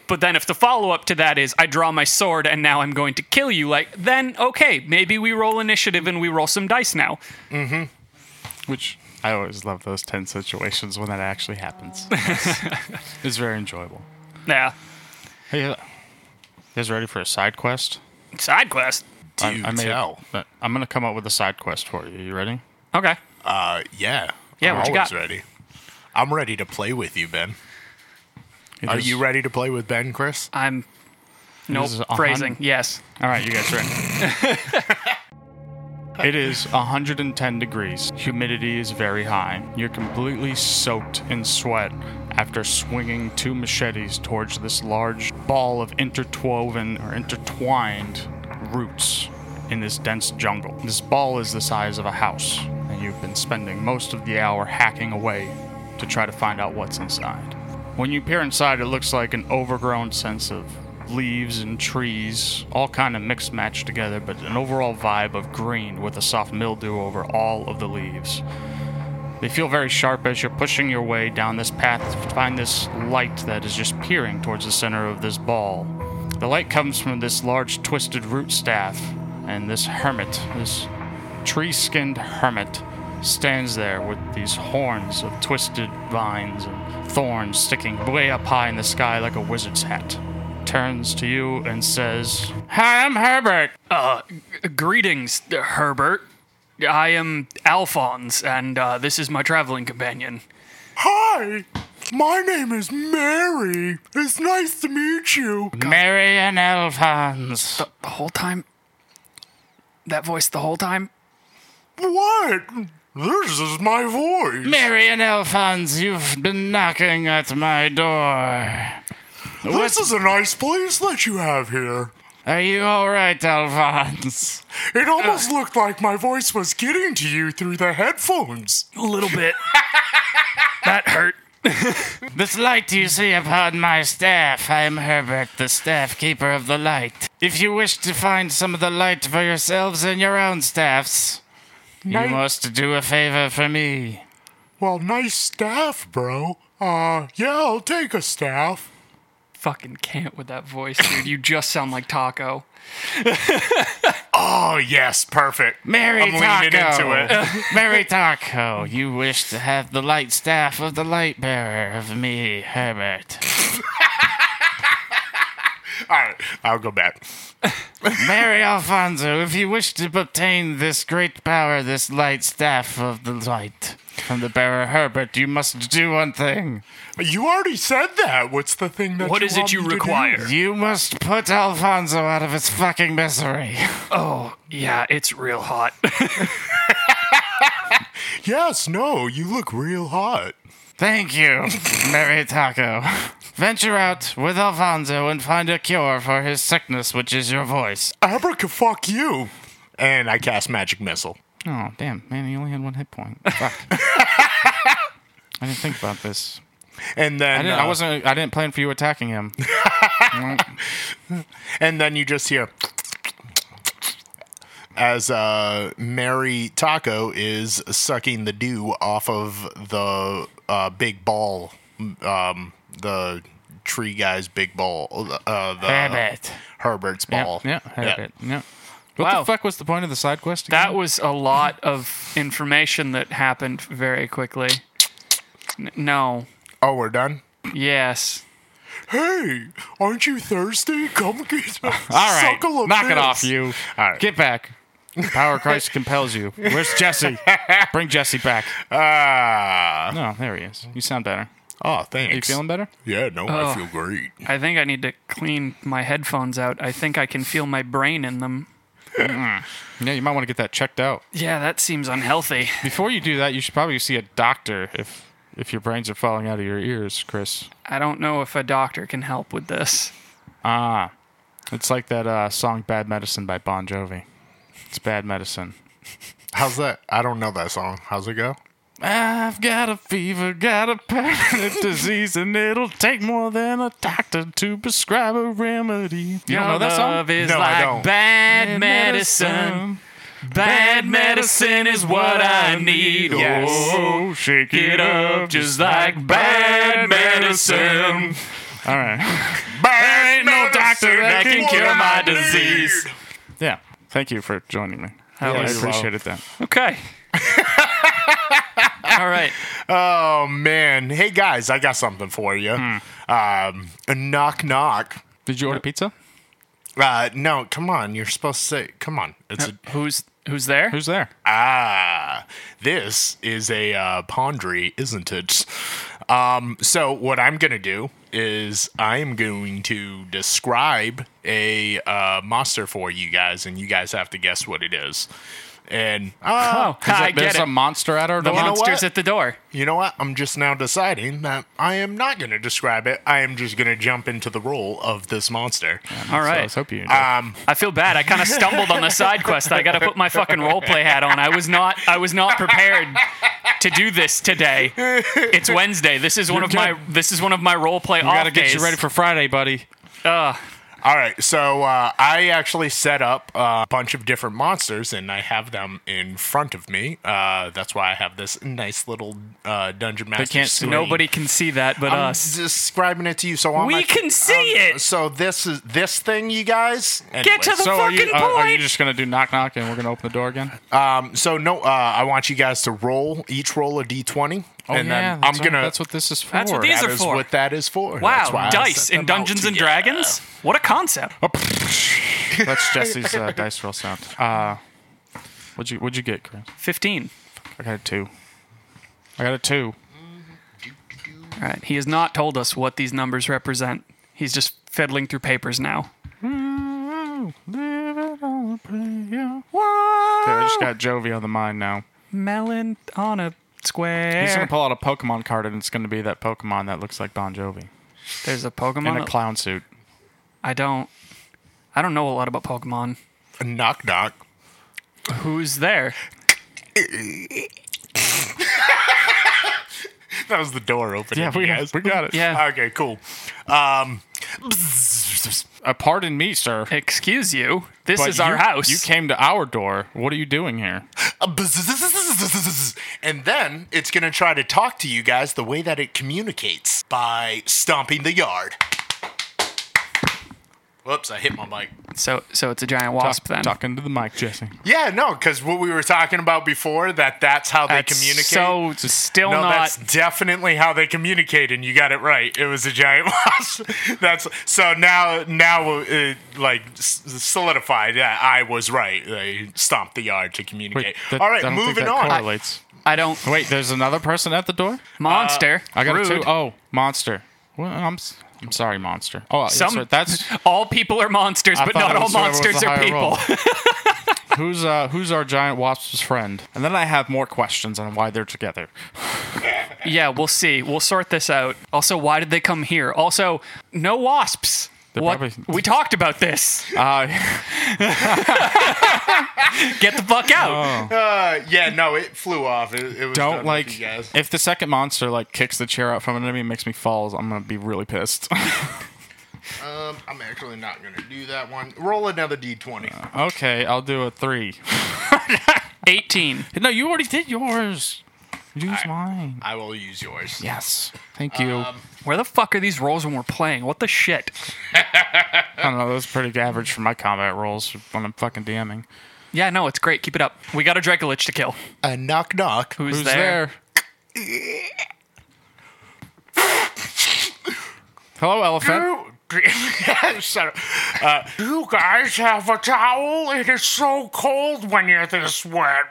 [SPEAKER 5] But then if the follow up to that is I draw my sword and now I'm going to kill you, like then okay, maybe we roll initiative and we roll some dice now.
[SPEAKER 3] Which I always love those tense situations when that actually happens. it's very enjoyable.
[SPEAKER 5] Yeah.
[SPEAKER 3] Hey, uh, you guys ready for a side quest?
[SPEAKER 5] Side quest.
[SPEAKER 4] Do
[SPEAKER 3] made a-
[SPEAKER 4] tell.
[SPEAKER 3] uh, I'm gonna come up with a side quest for you. You ready?
[SPEAKER 5] Okay.
[SPEAKER 4] Uh, yeah.
[SPEAKER 5] Yeah,
[SPEAKER 4] I'm
[SPEAKER 5] what
[SPEAKER 4] always
[SPEAKER 5] you got?
[SPEAKER 4] ready. I'm ready to play with you, Ben.
[SPEAKER 3] It
[SPEAKER 4] Are
[SPEAKER 3] is-
[SPEAKER 4] you ready to play with Ben, Chris?
[SPEAKER 5] I'm nope.
[SPEAKER 3] is a hun-
[SPEAKER 5] Phrasing. Yes.
[SPEAKER 3] All right, you guys ready? it is 110 degrees. Humidity is very high. You're completely soaked in sweat after swinging two machetes towards this large ball of interwoven or intertwined roots in this dense jungle. This ball is the size of a house, and you've been spending most of the hour hacking away to try to find out what's inside. When you peer inside, it looks like an overgrown sense of leaves and trees, all kind of mixed matched together, but an overall vibe of green with a soft mildew over all of the leaves. They feel very sharp as you're pushing your way down this path to find this light that is just peering towards the center of this ball. The light comes from this large twisted root staff, and this hermit, this tree skinned hermit stands there with these horns of twisted vines and thorns sticking way up high in the sky like a wizard's hat. Turns to you and says, Hi, I'm Herbert.
[SPEAKER 5] Uh, Greetings, Herbert. I am Alphonse, and uh, this is my traveling companion.
[SPEAKER 4] Hi. My name is Mary. It's nice to meet you.
[SPEAKER 3] Mary and Alphonse.
[SPEAKER 5] The whole time. That voice the whole time.
[SPEAKER 4] What? This is my voice.
[SPEAKER 3] Mary and Alphonse, you've been knocking at my door.
[SPEAKER 4] This is a nice place that you have here.
[SPEAKER 3] Are you alright, Alphonse?
[SPEAKER 4] It almost looked like my voice was getting to you through the headphones.
[SPEAKER 5] A little bit. that hurt.
[SPEAKER 3] This light you see upon my staff, I am Herbert, the staff keeper of the light. If you wish to find some of the light for yourselves and your own staffs, you must do a favor for me.
[SPEAKER 4] Well, nice staff, bro. Uh, yeah, I'll take a staff.
[SPEAKER 5] Fucking can't with that voice, dude. You just sound like Taco.
[SPEAKER 4] Oh, yes, perfect.
[SPEAKER 3] Mary
[SPEAKER 4] I'm
[SPEAKER 3] Taco.
[SPEAKER 4] leaning into
[SPEAKER 3] it. Mary Taco, you wish to have the light staff of the light bearer of me, Herbert.
[SPEAKER 4] All right, I'll go back.
[SPEAKER 3] Mary Alfonso, if you wish to obtain this great power, this light staff of the light from the bearer Herbert, you must do one thing.
[SPEAKER 4] You already said that. What's the thing that
[SPEAKER 5] What
[SPEAKER 4] you
[SPEAKER 5] is it
[SPEAKER 4] want
[SPEAKER 5] you
[SPEAKER 4] me to do?
[SPEAKER 5] require?
[SPEAKER 3] You must put Alfonso out of his fucking misery.
[SPEAKER 5] Oh, yeah, it's real hot.
[SPEAKER 4] Yes, no, you look real hot.
[SPEAKER 3] Thank you, Mary Taco. Venture out with Alfonso and find a cure for his sickness, which is your voice.
[SPEAKER 4] Abraca, fuck you. And I cast magic missile.
[SPEAKER 3] Oh, damn, man, he only had one hit point. Fuck. I didn't think about this.
[SPEAKER 4] And then
[SPEAKER 3] I didn't.
[SPEAKER 4] uh,
[SPEAKER 3] I wasn't. I didn't plan for you attacking him.
[SPEAKER 4] And then you just hear as uh, Mary Taco is sucking the dew off of the uh, big ball, um, the tree guy's big ball, uh, the
[SPEAKER 3] Herbert.
[SPEAKER 4] Herbert's ball.
[SPEAKER 3] Yeah, yeah, Herbert. Yeah. What
[SPEAKER 5] Wow.
[SPEAKER 3] the fuck was the point of the side quest? Again?
[SPEAKER 5] That was a lot of information that happened very quickly. N- no.
[SPEAKER 4] Oh, we're done.
[SPEAKER 5] Yes.
[SPEAKER 4] Hey, aren't you thirsty? Come get a
[SPEAKER 3] All right,
[SPEAKER 4] suckle of
[SPEAKER 3] knock it
[SPEAKER 4] this.
[SPEAKER 3] off, you.
[SPEAKER 4] All right.
[SPEAKER 3] Get back. The Power of Christ compels you. Where's Jesse? Bring Jesse back.
[SPEAKER 4] Ah,
[SPEAKER 3] Oh. No, there he is. You Oh. sound better.
[SPEAKER 4] Oh, thanks.
[SPEAKER 6] Are you feeling better?
[SPEAKER 4] Yeah, no, I feel great.
[SPEAKER 5] I think I need to clean my headphones out. I think I can feel my brain in them.
[SPEAKER 6] Yeah, you might want to get that checked out.
[SPEAKER 5] Yeah, that seems unhealthy.
[SPEAKER 6] Before you do that, you should probably see a doctor if if your brains are falling out of your ears, Chris.
[SPEAKER 5] I don't know if a doctor can help with this.
[SPEAKER 6] It's like that uh, song "Bad Medicine" by Bon Jovi. It's bad medicine.
[SPEAKER 4] How's that? I don't know that song. How's it go?
[SPEAKER 6] I've got a fever, got a permanent disease, and it'll take more than a doctor to prescribe a remedy. You don't know that song?
[SPEAKER 5] Love is
[SPEAKER 4] No, I
[SPEAKER 5] like
[SPEAKER 4] don't.
[SPEAKER 5] bad medicine. Bad medicine is what I need.
[SPEAKER 6] Yes.
[SPEAKER 5] Oh,
[SPEAKER 6] shake
[SPEAKER 5] get up just like bad medicine.
[SPEAKER 6] All right.
[SPEAKER 5] There ain't no doctor that can cure my disease.
[SPEAKER 6] Yeah. Thank you for joining me.
[SPEAKER 5] That
[SPEAKER 6] I
[SPEAKER 5] was-
[SPEAKER 6] appreciated that.
[SPEAKER 5] okay. All right.
[SPEAKER 4] Oh man! Hey guys, I got something for you. Um, knock knock.
[SPEAKER 6] Did you order pizza?
[SPEAKER 4] Uh, no, come on. You're supposed to say. Come on. It's a,
[SPEAKER 5] Who's who's there?
[SPEAKER 6] Who's there?
[SPEAKER 4] ah. This is a uh, pondry, isn't it? Um, so what I'm gonna do is I am going to describe a uh, monster for you guys, and you guys have to guess what it is. And uh,
[SPEAKER 5] oh, I
[SPEAKER 6] There's
[SPEAKER 5] get it.
[SPEAKER 6] a monster at our
[SPEAKER 5] the
[SPEAKER 6] door.
[SPEAKER 4] know
[SPEAKER 5] monster's
[SPEAKER 4] what?
[SPEAKER 5] at the door.
[SPEAKER 4] you know what? I'm just now deciding that I am not going to describe it. I am just going to jump into the role of this monster.
[SPEAKER 5] All
[SPEAKER 6] So I
[SPEAKER 5] right.
[SPEAKER 6] was hoping you enjoyed it.
[SPEAKER 4] Um,
[SPEAKER 5] I feel bad. I kind of stumbled on the side quest. I got to put my fucking roleplay hat on. I was not. I was not prepared to do this today. It's Wednesday. This is one of my. This is one of my roleplay
[SPEAKER 6] We
[SPEAKER 5] off
[SPEAKER 6] gotta get
[SPEAKER 5] days.
[SPEAKER 6] you ready for Friday, buddy.
[SPEAKER 4] all right, so uh, I actually set up uh, a bunch of different monsters, and I have them in front of me. Uh, that's why I have this nice little uh, dungeon master.
[SPEAKER 6] can't see
[SPEAKER 4] screen.
[SPEAKER 5] Nobody can see that but
[SPEAKER 4] I'm
[SPEAKER 5] us.
[SPEAKER 4] describing it to you, so on
[SPEAKER 5] We
[SPEAKER 4] my-
[SPEAKER 5] can see it!
[SPEAKER 4] So this is this thing, you guys.
[SPEAKER 5] Get to
[SPEAKER 4] Anyways.
[SPEAKER 5] the
[SPEAKER 6] So are
[SPEAKER 5] fucking
[SPEAKER 6] you, uh,
[SPEAKER 5] point.
[SPEAKER 6] are, are you just gonna do knock knock and we're gonna open the door again?
[SPEAKER 4] So no, uh, I want you guys to roll each roll a d20,
[SPEAKER 5] Oh,
[SPEAKER 4] and then I'm
[SPEAKER 6] Oh, that's
[SPEAKER 4] gonna.
[SPEAKER 6] What, that's what this is for.
[SPEAKER 5] That's what these
[SPEAKER 4] That
[SPEAKER 5] are
[SPEAKER 4] is
[SPEAKER 5] for.
[SPEAKER 4] what that is for. That's why
[SPEAKER 5] wow,
[SPEAKER 4] I
[SPEAKER 5] dice
[SPEAKER 4] set
[SPEAKER 5] in
[SPEAKER 4] them out
[SPEAKER 5] Dungeons
[SPEAKER 4] to
[SPEAKER 5] and
[SPEAKER 4] you.
[SPEAKER 5] Dragons. What a concept.
[SPEAKER 6] That's Jesse's uh, dice roll sound. Uh, what'd you What'd you get, Chris?
[SPEAKER 5] Fifteen.
[SPEAKER 6] I got a two. I got a two.
[SPEAKER 5] All right. He has not told us what these numbers represent. He's just fiddling through papers now.
[SPEAKER 6] Okay, I
[SPEAKER 5] Wow.
[SPEAKER 6] just got Jovi on the mind now.
[SPEAKER 5] Melon on a square.
[SPEAKER 6] He's gonna pull out a Pokemon card, and it's gonna be that Pokemon that looks like Bon Jovi
[SPEAKER 5] There's a
[SPEAKER 6] in
[SPEAKER 5] Pokemon.
[SPEAKER 6] a clown suit.
[SPEAKER 5] I don't. I don't know a lot about Pokemon.
[SPEAKER 4] Knock knock.
[SPEAKER 5] Who's there?
[SPEAKER 4] That was the door opening.
[SPEAKER 6] Yeah, we-
[SPEAKER 4] guys.
[SPEAKER 6] we got it.
[SPEAKER 5] Yeah.
[SPEAKER 4] Okay, cool. Um,
[SPEAKER 6] Uh, pardon me, sir.
[SPEAKER 5] Excuse you. This
[SPEAKER 6] but
[SPEAKER 5] is our
[SPEAKER 6] you-
[SPEAKER 5] house.
[SPEAKER 6] You came to our door. What are you doing here?
[SPEAKER 4] and then it's gonna try to talk to you guys the way that it communicates by stomping the yard. Whoops! I hit my mic.
[SPEAKER 5] So, so it's a giant wasp then.
[SPEAKER 6] Talking to the mic, Jesse.
[SPEAKER 4] Yeah, no, because what we were talking about before—that that's how they
[SPEAKER 5] That's
[SPEAKER 4] communicate.
[SPEAKER 5] So still
[SPEAKER 4] No,
[SPEAKER 5] not.
[SPEAKER 4] that's definitely how they communicate, and you got it right. It was a giant wasp. that's so now, now, uh, like s- solidified. Yeah, I was right. They stomped the yard to communicate.
[SPEAKER 6] Wait, that-
[SPEAKER 4] All right,
[SPEAKER 6] I don't think
[SPEAKER 4] moving
[SPEAKER 6] that
[SPEAKER 4] on.
[SPEAKER 6] Correlates.
[SPEAKER 5] I don't.
[SPEAKER 6] Wait, there's another person at the door.
[SPEAKER 5] Monster.
[SPEAKER 6] I got a
[SPEAKER 5] rude.
[SPEAKER 6] two. Oh, monster. Well, I'm s- I'm sorry, monster. Oh, that's
[SPEAKER 5] Some-
[SPEAKER 6] right, that's
[SPEAKER 5] All people are monsters,
[SPEAKER 6] I
[SPEAKER 5] but not
[SPEAKER 6] thought it
[SPEAKER 5] all
[SPEAKER 6] was whoever was
[SPEAKER 5] monsters
[SPEAKER 6] the
[SPEAKER 5] are
[SPEAKER 6] higher
[SPEAKER 5] people.
[SPEAKER 6] role. who's uh who's our giant wasp's friend? And then I have more questions on why they're together.
[SPEAKER 5] yeah, we'll see. We'll sort this out. Also, why did they come here? Also, no wasps. What?
[SPEAKER 6] probably-
[SPEAKER 5] We talked about this.
[SPEAKER 6] Uh,
[SPEAKER 5] Get the fuck out.
[SPEAKER 6] Oh.
[SPEAKER 4] Uh, yeah, no, it flew off. It, it was done
[SPEAKER 6] don't
[SPEAKER 4] with
[SPEAKER 6] like
[SPEAKER 4] you guys.
[SPEAKER 6] if the second monster like kicks the chair out from an enemy and makes me falls, I'm gonna be really pissed.
[SPEAKER 4] Um, I'm actually not gonna do that one. Roll another d20.
[SPEAKER 6] Uh, okay, I'll do a three.
[SPEAKER 5] 18.
[SPEAKER 6] No, you already did yours. Use mine.
[SPEAKER 4] I will use yours.
[SPEAKER 6] Yes. Thank you.
[SPEAKER 5] Where the fuck are these rolls when we're playing? What the shit?
[SPEAKER 6] I don't know. Those are pretty average for my combat rolls when I'm fucking DMing.
[SPEAKER 5] Yeah, no, it's great. Keep it up. We got a Dracolich to kill.
[SPEAKER 4] A knock knock.
[SPEAKER 5] Who's,
[SPEAKER 6] Who's
[SPEAKER 5] there?
[SPEAKER 6] there? Hello, elephant.
[SPEAKER 4] Shut up. Uh, you guys have a towel? It is so cold when you're this wet.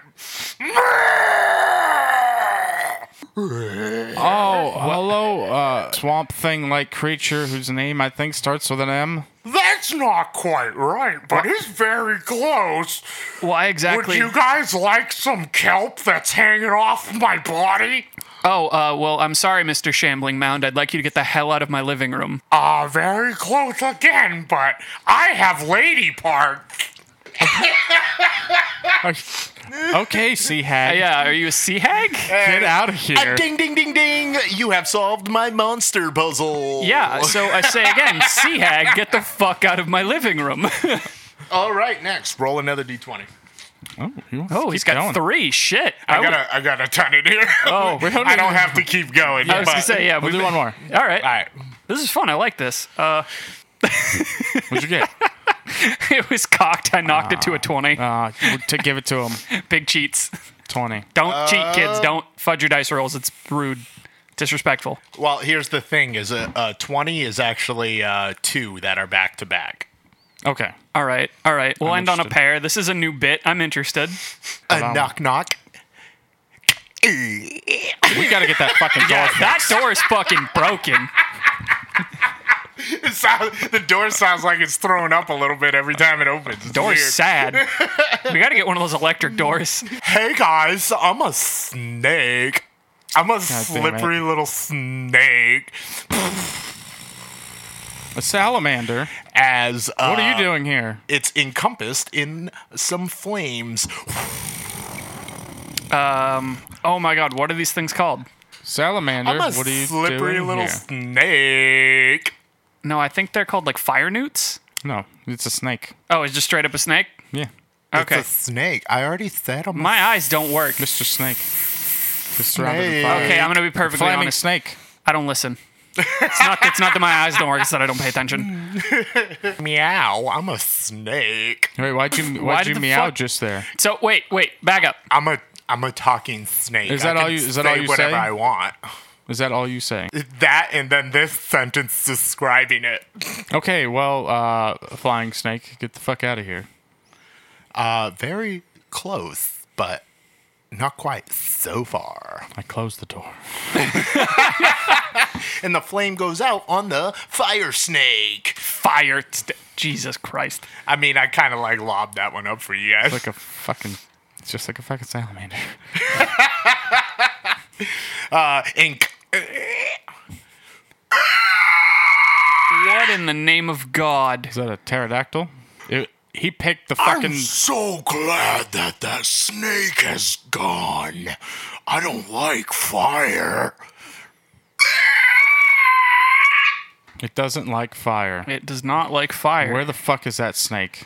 [SPEAKER 6] Oh, hello, hello, uh, swamp thing like creature whose name I think starts with an M.
[SPEAKER 4] That's not quite right, but it's very close.
[SPEAKER 5] Why
[SPEAKER 4] Would
[SPEAKER 5] exactly?
[SPEAKER 4] you guys like some kelp that's hanging off my body?
[SPEAKER 5] oh, uh, well, I'm sorry, Mr. Shambling Mound. I'd like you to get the hell out of my living room. Uh,
[SPEAKER 4] Ah, very close again, but I have lady parts.
[SPEAKER 6] Okay, sea hag,
[SPEAKER 5] yeah, are you a sea hag?
[SPEAKER 6] get out of here.
[SPEAKER 7] Ding, ding, ding, ding. You have solved my monster puzzle.
[SPEAKER 5] Yeah, so I say again, sea hag, get the fuck out of my living room.
[SPEAKER 4] All right, next, roll another d20.
[SPEAKER 6] Oh, you want to
[SPEAKER 5] oh, he's
[SPEAKER 6] keep
[SPEAKER 5] got
[SPEAKER 6] going.
[SPEAKER 5] three. Shit.
[SPEAKER 4] I got a, I got a ton in here.
[SPEAKER 5] Oh,
[SPEAKER 6] We don't
[SPEAKER 4] I don't
[SPEAKER 6] even-
[SPEAKER 4] have to keep going.
[SPEAKER 5] I was gonna
[SPEAKER 4] but-
[SPEAKER 5] say, yeah,
[SPEAKER 6] We'll
[SPEAKER 5] we-
[SPEAKER 6] do one more.
[SPEAKER 5] All right.
[SPEAKER 4] All right.
[SPEAKER 5] This is fun. I like this. Uh,
[SPEAKER 6] What'd you get?
[SPEAKER 5] it was cocked. I knocked it to a 20.
[SPEAKER 6] Uh, to give it to him,
[SPEAKER 5] Big cheats.
[SPEAKER 6] twenty.
[SPEAKER 5] Don't cheat, kids. Don't fudge your dice rolls. It's rude, disrespectful.
[SPEAKER 4] Well, Oh, here's the thing: is a, a twenty is actually uh, two that are back to back.
[SPEAKER 6] Okay.
[SPEAKER 5] All right. All right. We'll
[SPEAKER 6] I'm
[SPEAKER 5] end on a
[SPEAKER 6] interested.
[SPEAKER 5] pair. This is a new bit. I'm interested.
[SPEAKER 7] A knock, knock.
[SPEAKER 6] We gotta get that fucking door.
[SPEAKER 5] Yeah,
[SPEAKER 6] fixed.
[SPEAKER 5] that door is fucking broken.
[SPEAKER 4] It sounds, the door sounds like it's thrown up a little bit every time it opens. It's
[SPEAKER 5] Door's
[SPEAKER 4] weird.
[SPEAKER 5] sad. We got to get one of those electric doors.
[SPEAKER 4] Hey guys, I'm a snake. I'm a
[SPEAKER 6] damn it.
[SPEAKER 4] slippery little snake.
[SPEAKER 6] A salamander.
[SPEAKER 7] As uh,
[SPEAKER 6] What are you doing here?
[SPEAKER 7] it's encompassed in some flames.
[SPEAKER 5] Oh my god, what are these things called?
[SPEAKER 6] Salamander.
[SPEAKER 4] I'm a
[SPEAKER 6] what are you
[SPEAKER 4] slippery
[SPEAKER 6] doing
[SPEAKER 4] little
[SPEAKER 6] here?
[SPEAKER 4] snake.
[SPEAKER 5] No, I think they're called like fire newts.
[SPEAKER 6] No, it's a snake.
[SPEAKER 5] Oh, it's just straight up a snake.
[SPEAKER 6] Yeah,
[SPEAKER 5] Okay.
[SPEAKER 7] It's a snake. I already said I'm a
[SPEAKER 5] My eyes don't work.
[SPEAKER 6] Mr. Snake. Just surrounded
[SPEAKER 7] Snake.
[SPEAKER 6] with fire.
[SPEAKER 5] Okay, I'm gonna be perfectly
[SPEAKER 6] Flaming
[SPEAKER 5] honest.
[SPEAKER 6] snake.
[SPEAKER 5] I don't listen. It's not. It's not that my eyes don't work. It's that I don't pay attention.
[SPEAKER 4] Meow. I'm a snake.
[SPEAKER 6] Wait, why'd
[SPEAKER 5] Why
[SPEAKER 6] you why'd
[SPEAKER 5] did
[SPEAKER 6] you
[SPEAKER 5] the
[SPEAKER 6] meow
[SPEAKER 5] fuck-
[SPEAKER 6] just there?
[SPEAKER 5] So wait, wait, back up.
[SPEAKER 4] I'm a I'm a talking snake.
[SPEAKER 6] Is that
[SPEAKER 4] I
[SPEAKER 6] all
[SPEAKER 4] can
[SPEAKER 6] you- is that
[SPEAKER 4] say
[SPEAKER 6] all you
[SPEAKER 4] whatever
[SPEAKER 6] say?
[SPEAKER 4] I want.
[SPEAKER 6] Is that all you say?
[SPEAKER 4] That and then this sentence describing it.
[SPEAKER 6] Okay, well, uh, flying snake, get the fuck out of here.
[SPEAKER 7] uh, very close, but not quite so far.
[SPEAKER 6] I closed the door.
[SPEAKER 7] And the flame goes out on the fire snake.
[SPEAKER 5] Fire. St- Jesus Christ.
[SPEAKER 4] I mean, I kind of like lobbed that one up for you guys.
[SPEAKER 6] Like a fucking, it's just like a fucking salamander.
[SPEAKER 4] Uh, ink.
[SPEAKER 5] What in the name of God?
[SPEAKER 6] Is that a pterodactyl? It, he picked the fucking.
[SPEAKER 7] so glad that that snake has gone. I don't like fire.
[SPEAKER 6] It doesn't like fire.
[SPEAKER 5] It does not like fire.
[SPEAKER 6] Where the fuck is that snake?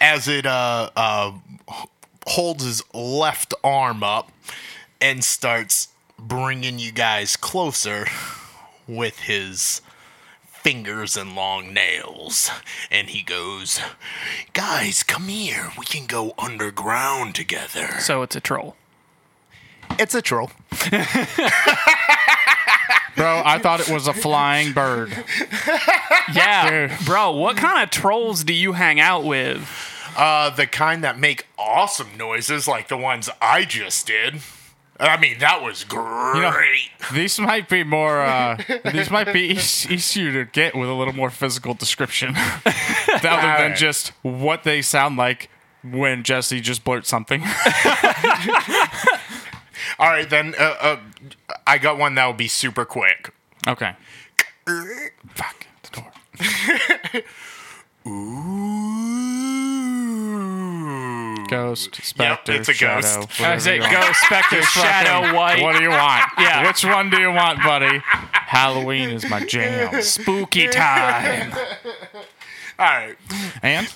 [SPEAKER 7] As it uh, uh, h- holds his left arm up and starts bringing you guys closer with his fingers and long nails. And he goes, Guys, come here. We can go underground together.
[SPEAKER 5] so it's a troll.
[SPEAKER 7] It's a troll.
[SPEAKER 6] Bro, I thought it was a flying bird.
[SPEAKER 5] Yeah, bro. What kind of trolls do you hang out with?
[SPEAKER 4] Uh, the kind that make awesome noises like the ones I just did. I mean, that was great.
[SPEAKER 6] know- These might be more. Uh, these might be eas- easier to get with a little more physical description, rather than just what they sound like when Jesse just blurts something.
[SPEAKER 4] All right, then uh, uh, I got one that will be super quick.
[SPEAKER 6] okay. Fuck the door. Ghost, specter,
[SPEAKER 4] it's a ghost.
[SPEAKER 6] shadow.
[SPEAKER 5] I
[SPEAKER 6] whatever
[SPEAKER 5] say
[SPEAKER 6] you want.
[SPEAKER 5] ghost, specter, shadow, white,
[SPEAKER 6] What do you want?
[SPEAKER 5] Yeah.
[SPEAKER 6] Which one do you want, buddy? Halloween is my jam.
[SPEAKER 5] spooky time.
[SPEAKER 4] All right.
[SPEAKER 6] And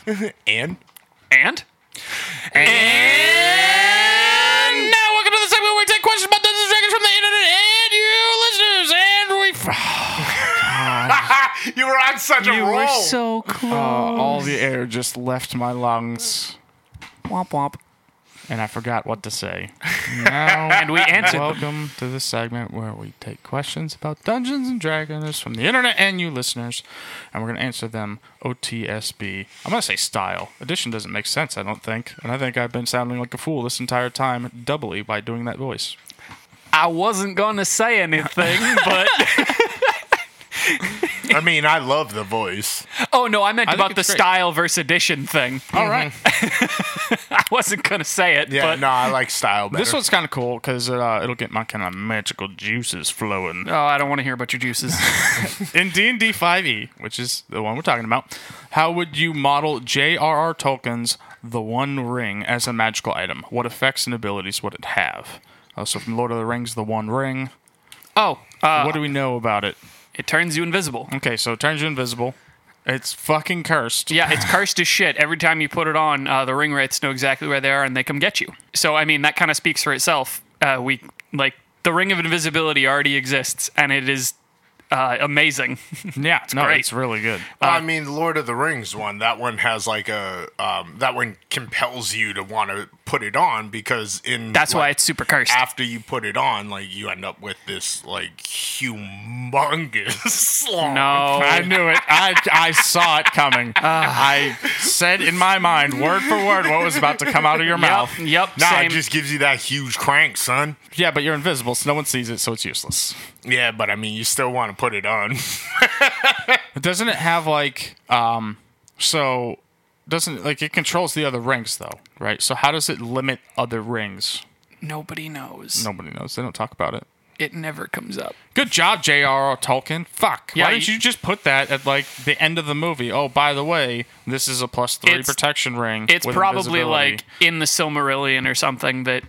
[SPEAKER 7] And
[SPEAKER 5] And?
[SPEAKER 6] And now welcome to the segment where we take questions about Dungeons and Dragons from the internet and you listeners, and we
[SPEAKER 4] You were on such a roll.
[SPEAKER 5] so close.
[SPEAKER 6] all the air just left my lungs,
[SPEAKER 5] Womp womp.
[SPEAKER 6] and I forgot what to say. Now,
[SPEAKER 5] And we answered them.
[SPEAKER 6] welcome to the segment where we take questions about Dungeons and Dragons from the internet and you listeners, and we're gonna answer them OTSB. I'm gonna say style. Addition doesn't make sense, I don't think, and I think I've been sounding like a fool this entire time, doubly by doing that voice.
[SPEAKER 5] I wasn't gonna say anything, but
[SPEAKER 7] I mean, I love the voice.
[SPEAKER 5] oh no, I meant
[SPEAKER 6] I think
[SPEAKER 5] about the
[SPEAKER 6] it's great.
[SPEAKER 5] style versus edition thing.
[SPEAKER 6] All right.
[SPEAKER 5] I wasn't gonna say it,
[SPEAKER 7] Yeah,
[SPEAKER 5] but
[SPEAKER 7] no, I like style better.
[SPEAKER 6] This one's kind of cool because uh, it'll get my kind of magical juices flowing.
[SPEAKER 5] oh, I don't want to hear about your juices.
[SPEAKER 6] In D and D 5e, which is the one we're talking about, how would you model J.R.R. Tolkien's The One Ring as a magical item? What effects and abilities would it have? Uh, so from Lord of the Rings, The One Ring.
[SPEAKER 5] oh, uh,
[SPEAKER 6] what do we know about it?
[SPEAKER 5] it turns you invisible.
[SPEAKER 6] Okay, so it turns you invisible. It's fucking cursed.
[SPEAKER 5] Yeah, it's cursed as shit. Every time you put it on, uh, the ring wraiths know exactly where they are and they come get you. So I mean, that kind of speaks for itself. Uh, we like the ring of invisibility already exists, and it is uh, amazing.
[SPEAKER 6] Yeah, no,
[SPEAKER 5] great.
[SPEAKER 6] it's really good.
[SPEAKER 7] I mean, Lord of the Rings one. That one has like a um, that one compels you to want to put it on because in
[SPEAKER 5] That's why
[SPEAKER 7] like,
[SPEAKER 5] it's super cursed.
[SPEAKER 7] after you put it on, like you end up with this like humongous slong.
[SPEAKER 5] No,
[SPEAKER 6] I knew it. I, I saw it coming. I said in my mind, word for word, what was about to come out of your mouth.
[SPEAKER 5] Yep, yep
[SPEAKER 7] Nah,
[SPEAKER 5] same.
[SPEAKER 7] it just gives you that huge crank, son.
[SPEAKER 6] Yeah, but you're invisible, so no one sees it, so it's useless.
[SPEAKER 7] Yeah, but I mean, you still want to put it on.
[SPEAKER 6] Doesn't it have like um so doesn't like it controls the other rings though, right? So how does it limit other rings?
[SPEAKER 5] Nobody knows.
[SPEAKER 6] Nobody knows. They don't talk about it.
[SPEAKER 5] It never comes up.
[SPEAKER 6] Good job, J.R.R. Tolkien. Fuck.
[SPEAKER 5] Yeah,
[SPEAKER 6] Why didn't
[SPEAKER 5] you-
[SPEAKER 6] you just put that at like the end of the movie? Oh, by the way, this is a plus three
[SPEAKER 5] It's-
[SPEAKER 6] protection ring.
[SPEAKER 5] It's
[SPEAKER 6] with
[SPEAKER 5] probably
[SPEAKER 6] invisibility.
[SPEAKER 5] like in the Silmarillion or something that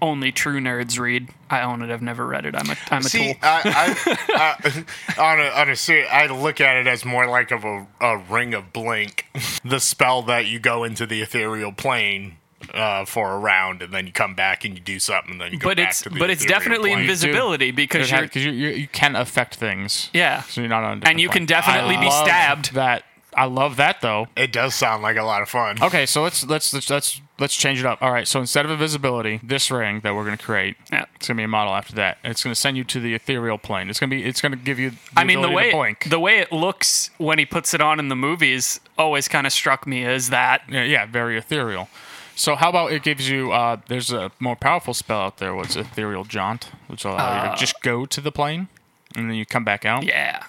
[SPEAKER 5] only true nerds read. I own it. I've never read it. I'm a I'm a
[SPEAKER 7] See,
[SPEAKER 5] tool.
[SPEAKER 7] I, I, I, on a, on a ser- I look at it as more like of a, a ring of blink, the spell that you go into the ethereal plane uh, for a round, and then you come back and you do something, and then you go
[SPEAKER 5] But
[SPEAKER 7] back
[SPEAKER 5] it's
[SPEAKER 7] to the
[SPEAKER 5] but it's
[SPEAKER 7] ethereal
[SPEAKER 5] definitely
[SPEAKER 7] plane.
[SPEAKER 5] invisibility because you're
[SPEAKER 6] because you, you you can affect things.
[SPEAKER 5] yeah.
[SPEAKER 6] So you're not on. a
[SPEAKER 5] And
[SPEAKER 6] different
[SPEAKER 5] you can
[SPEAKER 6] plane.
[SPEAKER 5] definitely
[SPEAKER 6] I
[SPEAKER 5] be
[SPEAKER 6] love
[SPEAKER 5] stabbed.
[SPEAKER 6] That I love that though.
[SPEAKER 7] It does sound like a lot of fun.
[SPEAKER 6] Okay, so let's let's let's let's let's change it up. All right, so instead of invisibility, this ring that we're gonna create,
[SPEAKER 5] Yeah.
[SPEAKER 6] it's gonna be a model after that. It's gonna send you to the ethereal plane. It's gonna be it's gonna give you. The
[SPEAKER 5] I mean the
[SPEAKER 6] ability
[SPEAKER 5] way
[SPEAKER 6] to blink.
[SPEAKER 5] the way it looks when he puts it on in the movies always kind of struck me as that
[SPEAKER 6] yeah, yeah, very ethereal. So how about it gives you? Uh, there's a more powerful spell out there. What's ethereal jaunt, which will allow
[SPEAKER 5] Uh,
[SPEAKER 6] you to just go to the plane. And then you come back out.
[SPEAKER 5] yeah.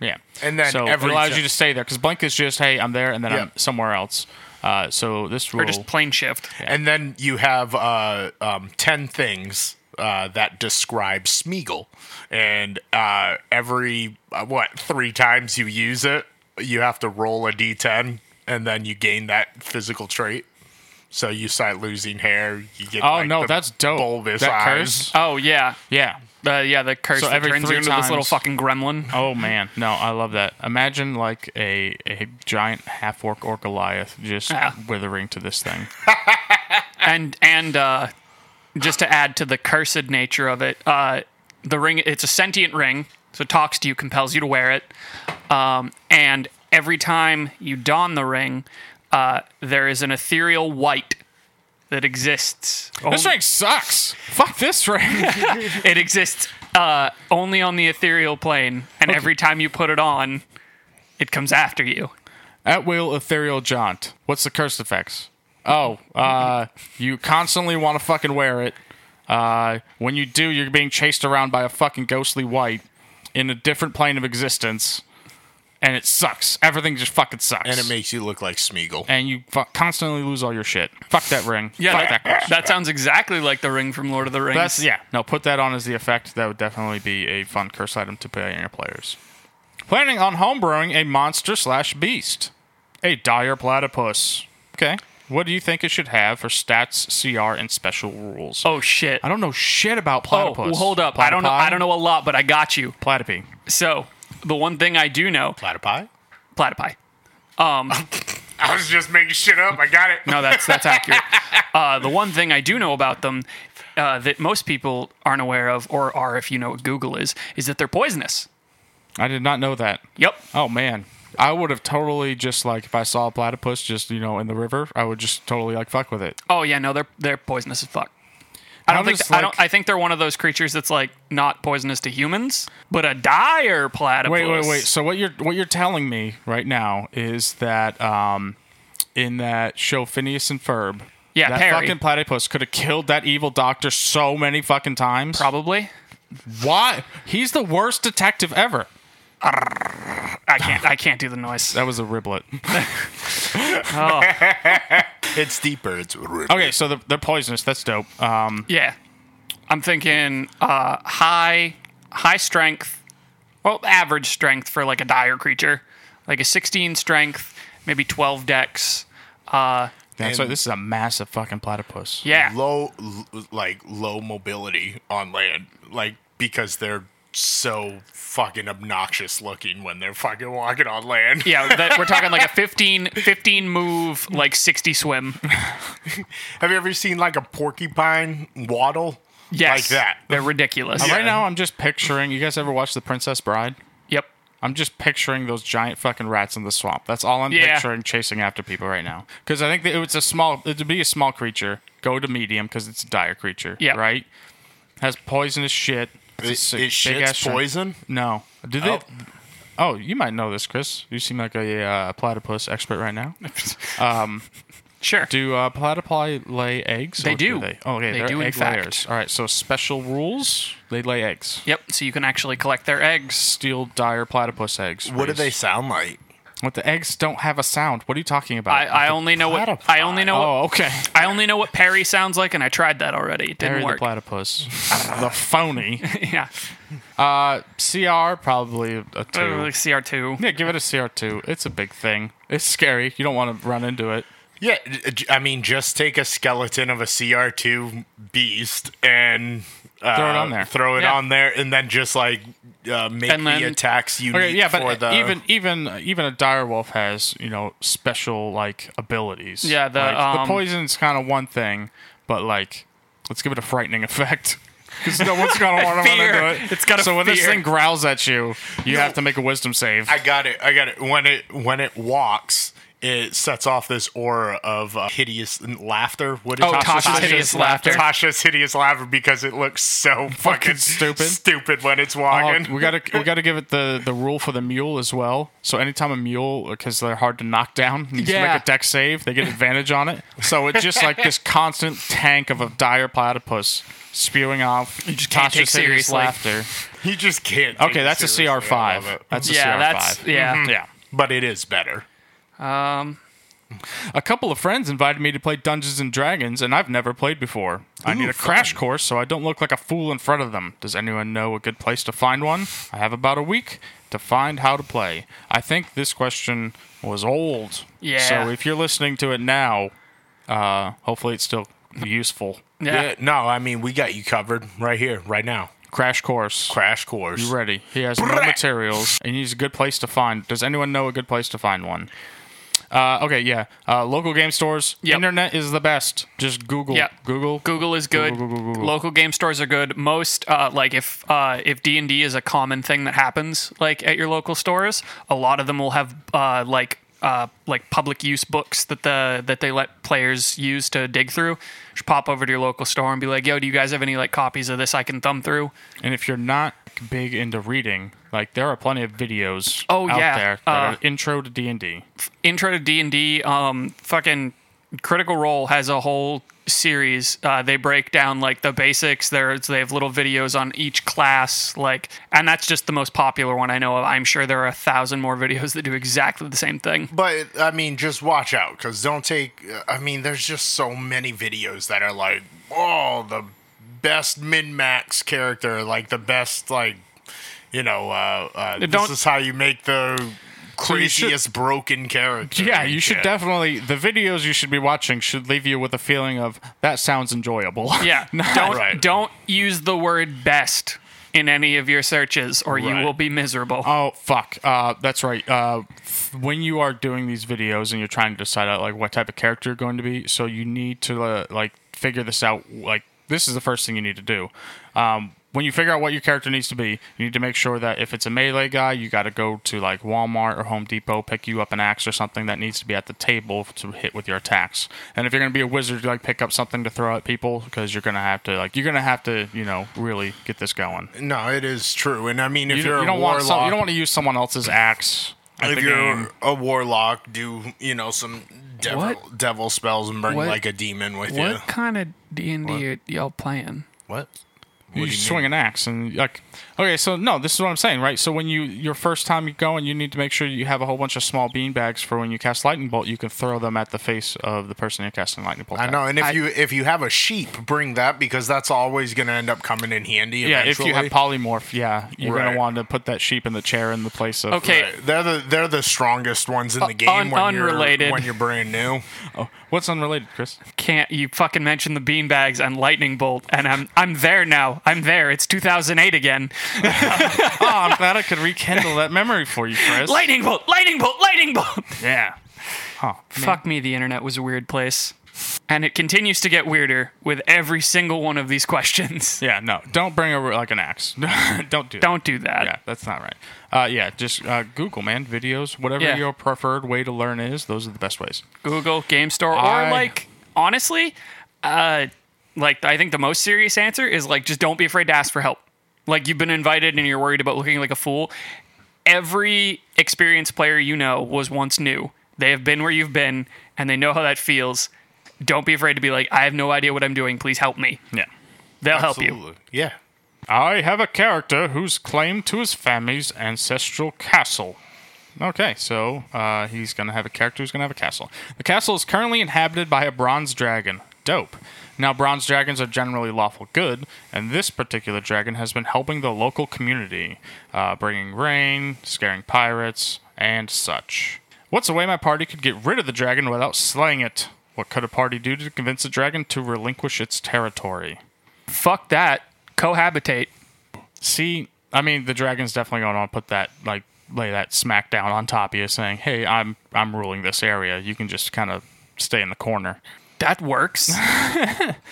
[SPEAKER 6] yeah.
[SPEAKER 7] And then
[SPEAKER 6] so
[SPEAKER 7] every
[SPEAKER 6] it allows
[SPEAKER 7] ti-
[SPEAKER 6] you to stay there because blink is just hey, I'm there, and then I'm
[SPEAKER 7] Yeah.
[SPEAKER 6] somewhere else. Uh, so this rule
[SPEAKER 5] Or just plane shift.
[SPEAKER 7] And then you have uh, um, 10 things uh, that describe Smeagol. And uh, every, uh, what, three times you use it, you have to roll a d10, and then you gain that physical trait. So you start losing hair. You get
[SPEAKER 6] Oh
[SPEAKER 7] like,
[SPEAKER 6] no,
[SPEAKER 7] the
[SPEAKER 6] that's dope.
[SPEAKER 7] Bulbous
[SPEAKER 6] that
[SPEAKER 7] eyes.
[SPEAKER 6] curse.
[SPEAKER 5] Oh yeah.
[SPEAKER 6] Yeah.
[SPEAKER 5] Uh, yeah, the curse
[SPEAKER 6] So
[SPEAKER 5] that
[SPEAKER 6] every
[SPEAKER 5] turns you
[SPEAKER 6] three
[SPEAKER 5] into this little
[SPEAKER 6] times-
[SPEAKER 5] fucking gremlin.
[SPEAKER 6] Oh man, no, I love that. Imagine like a, a giant half orc or Goliath just
[SPEAKER 7] Ah.
[SPEAKER 5] Yeah.
[SPEAKER 6] withering to this thing.
[SPEAKER 5] and and uh, just to add to the cursed nature of it, uh, the ring it's a sentient ring, so it talks to you, compels you to wear it, um, and every time you don the ring, uh, there is an ethereal white that exists.
[SPEAKER 6] this
[SPEAKER 5] Only-
[SPEAKER 6] ring sucks. Oh. Fuck this ring.
[SPEAKER 5] it exists uh, only on the ethereal plane, and every time you put it on, it comes after you.
[SPEAKER 6] At will ethereal jaunt. What's the curse effects? Oh, uh, you constantly want to fucking wear it. Uh, when you do, you're being chased around by a fucking ghostly white in a different plane of existence, and it sucks. Everything just fucking sucks.
[SPEAKER 7] And it makes you look like Smeagol.
[SPEAKER 6] and you fu- constantly lose all your shit. Fuck that ring. Fuck that
[SPEAKER 5] that,
[SPEAKER 6] curse.
[SPEAKER 5] that sounds exactly like the ring from Lord of the Rings.
[SPEAKER 6] That's yeah. No, put that on as the effect. That would definitely be a fun curse item to play on your players. Planning on homebrewing a monster slash beast, a dire platypus. Okay, what do you think it should have for stats, CR, and special rules?
[SPEAKER 5] Oh shit.
[SPEAKER 6] I don't know shit about platypus.
[SPEAKER 5] Oh, well, hold up. I don't know. I don't know a lot, but I got you.
[SPEAKER 6] Platypi.
[SPEAKER 5] So the one thing I do know,
[SPEAKER 7] Platypi?
[SPEAKER 5] platypi.
[SPEAKER 7] I was just making shit up. I got it.
[SPEAKER 5] No, that's that's accurate. Uh, the one thing I do know about them uh, that most people aren't aware of, or are if you know what Google is, is that they're poisonous.
[SPEAKER 6] I did not know that.
[SPEAKER 5] Yep.
[SPEAKER 6] Oh man. I would have totally just like if I saw a platypus just you know in the river, I would just totally like fuck with it.
[SPEAKER 5] Oh yeah, no, they're they're poisonous as fuck. I
[SPEAKER 6] How
[SPEAKER 5] don't think
[SPEAKER 6] does,
[SPEAKER 5] I don't.
[SPEAKER 6] like-
[SPEAKER 5] I think they're one of those creatures that's like not poisonous to humans, but a dire platypus.
[SPEAKER 6] Wait, wait, wait. So what you're what you're telling me right now is that um, in that show Phineas and Ferb,
[SPEAKER 5] Yeah,
[SPEAKER 6] that
[SPEAKER 5] Perry.
[SPEAKER 6] fucking platypus could have killed that evil doctor so many fucking times.
[SPEAKER 5] Probably.
[SPEAKER 6] Why? He's the worst detective ever.
[SPEAKER 5] I can't. I can't do the noise.
[SPEAKER 6] That was a riblet.
[SPEAKER 7] It's deeper. It's okay.
[SPEAKER 6] Okay, so they're, they're poisonous. That's dope. Um,
[SPEAKER 5] Yeah, I'm thinking uh, high, high strength. Well, average strength for like a dire creature, like a 16 strength, maybe 12 dex. Uh,
[SPEAKER 6] that's right. This is a massive fucking platypus.
[SPEAKER 5] yeah,
[SPEAKER 7] low l- like low mobility on land like because they're so fucking obnoxious looking when they're fucking walking on land
[SPEAKER 5] yeah. That, we're talking like a 15, 15 move, like 60 swim.
[SPEAKER 7] have you ever seen like a porcupine waddle
[SPEAKER 5] Yes,
[SPEAKER 7] like that
[SPEAKER 5] They're ridiculous.
[SPEAKER 6] Right now, I'm just picturing. You guys ever watch The Princess Bride?
[SPEAKER 5] Yep.
[SPEAKER 6] I'm just picturing those giant fucking rats in the swamp. That's all I'm
[SPEAKER 5] Yeah.
[SPEAKER 6] picturing chasing after people right now. Because I think that it's a small, it'd be a small creature. Go to medium because it's a dire creature.
[SPEAKER 5] Yeah.
[SPEAKER 6] Right? Has poisonous shit. It's a
[SPEAKER 7] is,
[SPEAKER 6] sick-
[SPEAKER 7] is
[SPEAKER 6] big-ass
[SPEAKER 7] shit's
[SPEAKER 6] shrimp.
[SPEAKER 7] poison
[SPEAKER 6] No. Do they?
[SPEAKER 7] Oh.
[SPEAKER 6] Oh. you might know this, Chris. You seem like a uh, platypus expert right now.
[SPEAKER 5] Sure.
[SPEAKER 6] Do uh, platypi lay eggs?
[SPEAKER 5] They
[SPEAKER 6] or do
[SPEAKER 5] do.
[SPEAKER 6] They? Oh, okay.
[SPEAKER 5] They
[SPEAKER 6] They are
[SPEAKER 5] do, in
[SPEAKER 6] egg
[SPEAKER 5] fact.
[SPEAKER 6] layers. All right. So special rules. They lay eggs.
[SPEAKER 5] Yep. So you can actually collect their eggs.
[SPEAKER 6] Steel dire platypus eggs.
[SPEAKER 7] what do
[SPEAKER 6] Reese.
[SPEAKER 7] they sound like
[SPEAKER 6] What the eggs don't have a sound. What are you talking about?
[SPEAKER 5] I, I only know what I only know.
[SPEAKER 6] oh,
[SPEAKER 5] What,
[SPEAKER 6] okay.
[SPEAKER 5] I only know what Perry sounds like, and I tried that already. It didn't
[SPEAKER 6] Harry the
[SPEAKER 5] work.
[SPEAKER 6] platypus. the phony.
[SPEAKER 5] yeah.
[SPEAKER 6] CR probably a two.
[SPEAKER 5] Uh, like CR2.
[SPEAKER 6] yeah, give it a CR two. It's a big thing. It's scary. You don't want to run into it.
[SPEAKER 7] yeah j- j- i mean just take a skeleton of a cr2 beast and uh,
[SPEAKER 6] Throw it on there.
[SPEAKER 7] throw it
[SPEAKER 5] Yeah.
[SPEAKER 7] on there and then just like uh, make
[SPEAKER 5] And then-
[SPEAKER 7] the attacks unique
[SPEAKER 6] Okay, yeah,
[SPEAKER 7] for
[SPEAKER 6] but
[SPEAKER 7] the
[SPEAKER 6] even even even a direwolf has you know special like abilities.
[SPEAKER 5] Yeah, the,
[SPEAKER 6] like,
[SPEAKER 5] um,
[SPEAKER 6] the poison's kind of one thing, but like let's give it a frightening effect. Because no one's gonna want to run
[SPEAKER 5] Fear.
[SPEAKER 6] into it.
[SPEAKER 5] It's gotta
[SPEAKER 6] so when this
[SPEAKER 5] fear.
[SPEAKER 6] thing growls at you, you have to make a wisdom save.
[SPEAKER 7] I got it. I got it. When it when it walks, it sets off this aura of uh, hideous laughter. What is
[SPEAKER 5] Oh, Tasha's hideous laughter.
[SPEAKER 7] Tasha's hideous laughter because it looks so fucking
[SPEAKER 6] stupid.
[SPEAKER 7] stupid when it's
[SPEAKER 6] Oh,
[SPEAKER 7] walking.
[SPEAKER 6] we gotta we gotta give it the, the rule for the mule as well. So anytime a mule, because they're hard to knock down, needs to
[SPEAKER 5] Yeah.
[SPEAKER 6] make a deck save, they get advantage on it. So it's just like this constant tank of a dire platypus spewing off you
[SPEAKER 5] just can't take seriously.
[SPEAKER 6] laughter.
[SPEAKER 7] you just can't. take
[SPEAKER 6] Okay,
[SPEAKER 7] it
[SPEAKER 6] that's a
[SPEAKER 7] seriously.
[SPEAKER 6] CR
[SPEAKER 7] I
[SPEAKER 6] five.
[SPEAKER 7] love it.
[SPEAKER 6] That's a
[SPEAKER 5] Yeah,
[SPEAKER 6] CR
[SPEAKER 5] that's
[SPEAKER 6] five.
[SPEAKER 7] Mm-hmm.
[SPEAKER 5] yeah.
[SPEAKER 6] Yeah.
[SPEAKER 7] but it is better.
[SPEAKER 6] A couple of friends invited me to play Dungeons and Dragons, and I've never played before. I need a crash course so I don't look like a fool in front of them. Does anyone know a good place to find one? I have about a week to find how to play. I think this question was old.
[SPEAKER 5] Yeah.
[SPEAKER 6] So if you're listening to it now, uh, hopefully it's still useful.
[SPEAKER 5] Yeah.
[SPEAKER 7] No, I mean we got you covered right here, right now.
[SPEAKER 6] Crash course.
[SPEAKER 7] Crash course.
[SPEAKER 6] You're ready. He has no materials, and he's a good place to find. Does anyone know a good place to find one? Uh, okay, yeah. Uh, local game stores.
[SPEAKER 5] Yep.
[SPEAKER 6] Internet is the best. Just Google.
[SPEAKER 5] Yep.
[SPEAKER 6] Google.
[SPEAKER 5] Google is good.
[SPEAKER 6] Google, Google, Google.
[SPEAKER 5] Local game stores are good. Most uh, like if uh, if D and D is a common thing that happens like at your local stores, a lot of them will have uh, like uh, like public use books that the that they let players use to dig through. Just pop over to your local store and be like, "Yo, do you guys have any like copies of this I can thumb through?"
[SPEAKER 6] And if you're not big into reading, like there are plenty of videos
[SPEAKER 5] Oh,
[SPEAKER 6] out
[SPEAKER 5] yeah.
[SPEAKER 6] there that
[SPEAKER 7] Uh.
[SPEAKER 6] are intro to D and D.
[SPEAKER 5] intro to D and D, um, fucking Critical Role has a whole series. Uh, they break down like the basics. There's they have little videos on each class, like, and that's just the most popular one I know of. I'm sure there are a thousand more videos that do exactly the same thing.
[SPEAKER 7] But I mean, just watch out because don't take. I mean, there's just so many videos that are like, oh, the best min max character, like the best, like you know, uh, uh, this
[SPEAKER 5] Don't-
[SPEAKER 7] is how you make the
[SPEAKER 6] you should-
[SPEAKER 7] craziest broken character.
[SPEAKER 6] Yeah, you should
[SPEAKER 7] can.
[SPEAKER 6] definitely. The videos you should be watching should leave you with a feeling of that sounds enjoyable.
[SPEAKER 5] Yeah, don't
[SPEAKER 7] Right.
[SPEAKER 5] don't use the word best in any of your searches, or you
[SPEAKER 7] Right.
[SPEAKER 5] will be miserable.
[SPEAKER 6] Oh fuck! Uh, that's right. Uh, f- when you are doing these videos and you're trying to decide out like what type of character you're going to be, so you need to uh, like figure this out. Like this is the first thing you need to do. Um, when you figure out what your character needs to be, you need to make sure that if it's a melee guy, you got to go to like Walmart or Home Depot, pick you up an axe or something that needs to be at the table to hit with your attacks. And if you're gonna be a wizard, like pick up something to throw at people because you're gonna have to like you're gonna have to you know really get this going.
[SPEAKER 7] No, it is true. And I mean, if
[SPEAKER 6] You,
[SPEAKER 7] you, are
[SPEAKER 6] you don't
[SPEAKER 7] a
[SPEAKER 6] want
[SPEAKER 7] warlock,
[SPEAKER 6] some, you don't want to use someone else's axe. at
[SPEAKER 7] if
[SPEAKER 6] the
[SPEAKER 7] you're
[SPEAKER 6] game.
[SPEAKER 7] a warlock, do you know some devil,
[SPEAKER 5] What?
[SPEAKER 7] devil spells and bring
[SPEAKER 5] What?
[SPEAKER 7] like a demon with
[SPEAKER 5] What
[SPEAKER 7] you.
[SPEAKER 5] kind of D and D are y'all playing?
[SPEAKER 7] What?
[SPEAKER 6] you,
[SPEAKER 7] do you
[SPEAKER 6] swing an axe and like okay so no this is what i'm saying right so when you your first time you go and you need to make sure you have a whole bunch of small bean bags for when you cast lightning bolt you can throw them at the face of the person you're casting lightning bolt
[SPEAKER 7] I
[SPEAKER 6] at.
[SPEAKER 7] know, and if
[SPEAKER 5] I-
[SPEAKER 7] you if you have a sheep, bring that because that's always going to end up coming in handy.
[SPEAKER 6] yeah if
[SPEAKER 7] eventually.
[SPEAKER 6] you have polymorph yeah you're
[SPEAKER 7] Right.
[SPEAKER 6] gonna want to put that sheep in the chair in the place of
[SPEAKER 5] Okay,
[SPEAKER 7] Right. They're the they're the strongest ones in the game
[SPEAKER 5] un-
[SPEAKER 7] when
[SPEAKER 5] unrelated.
[SPEAKER 7] you're when you're brand new.
[SPEAKER 6] Oh, what's unrelated chris
[SPEAKER 5] can't you fucking mention the beanbags and lightning bolt? And I'm I'm there now. I'm there. It's 2008 again.
[SPEAKER 6] oh i'm glad i could rekindle that memory for you chris
[SPEAKER 5] Lightning bolt, lightning bolt, lightning bolt.
[SPEAKER 6] yeah huh
[SPEAKER 5] Fuck me, the internet was a weird place. And it continues to get weirder with every single one of these questions.
[SPEAKER 6] yeah no don't bring over like an axe don't do that.
[SPEAKER 5] Don't do that.
[SPEAKER 6] yeah, that's not right. Uh, yeah, just uh, Google, man. Videos, whatever
[SPEAKER 5] Yeah.
[SPEAKER 6] your preferred way to learn is, those are the best ways.
[SPEAKER 5] Google, Game Store, or
[SPEAKER 6] I-
[SPEAKER 5] like honestly, uh, like I think the most serious answer is like just don't be afraid to ask for help. Like you've been invited and you're worried about looking like a fool. Every experienced player you know was once new. They have been where you've been and they know how that feels. Don't be afraid to be like, I have no idea what I'm doing. Please help me.
[SPEAKER 6] Yeah.
[SPEAKER 5] They'll help you.
[SPEAKER 7] Absolutely. Yeah.
[SPEAKER 6] I have a character who's claim to his family's ancestral castle. Okay, so uh, he's going to have a character who's going to have a castle. The castle is currently inhabited by a bronze dragon. Dope. Now, bronze dragons are generally lawful good, and this particular dragon has been helping the local community, uh, bringing rain, scaring pirates, and such. What's a way my party could get rid of the dragon without slaying it? What could a party do to convince a dragon to relinquish its territory?
[SPEAKER 5] Fuck that. Cohabitate.
[SPEAKER 6] See, I mean, the dragon's definitely going to want to put that like lay that smack down on top of you, saying, "Hey, I'm I'm ruling this area. You can just kind of stay in the corner."
[SPEAKER 5] That works.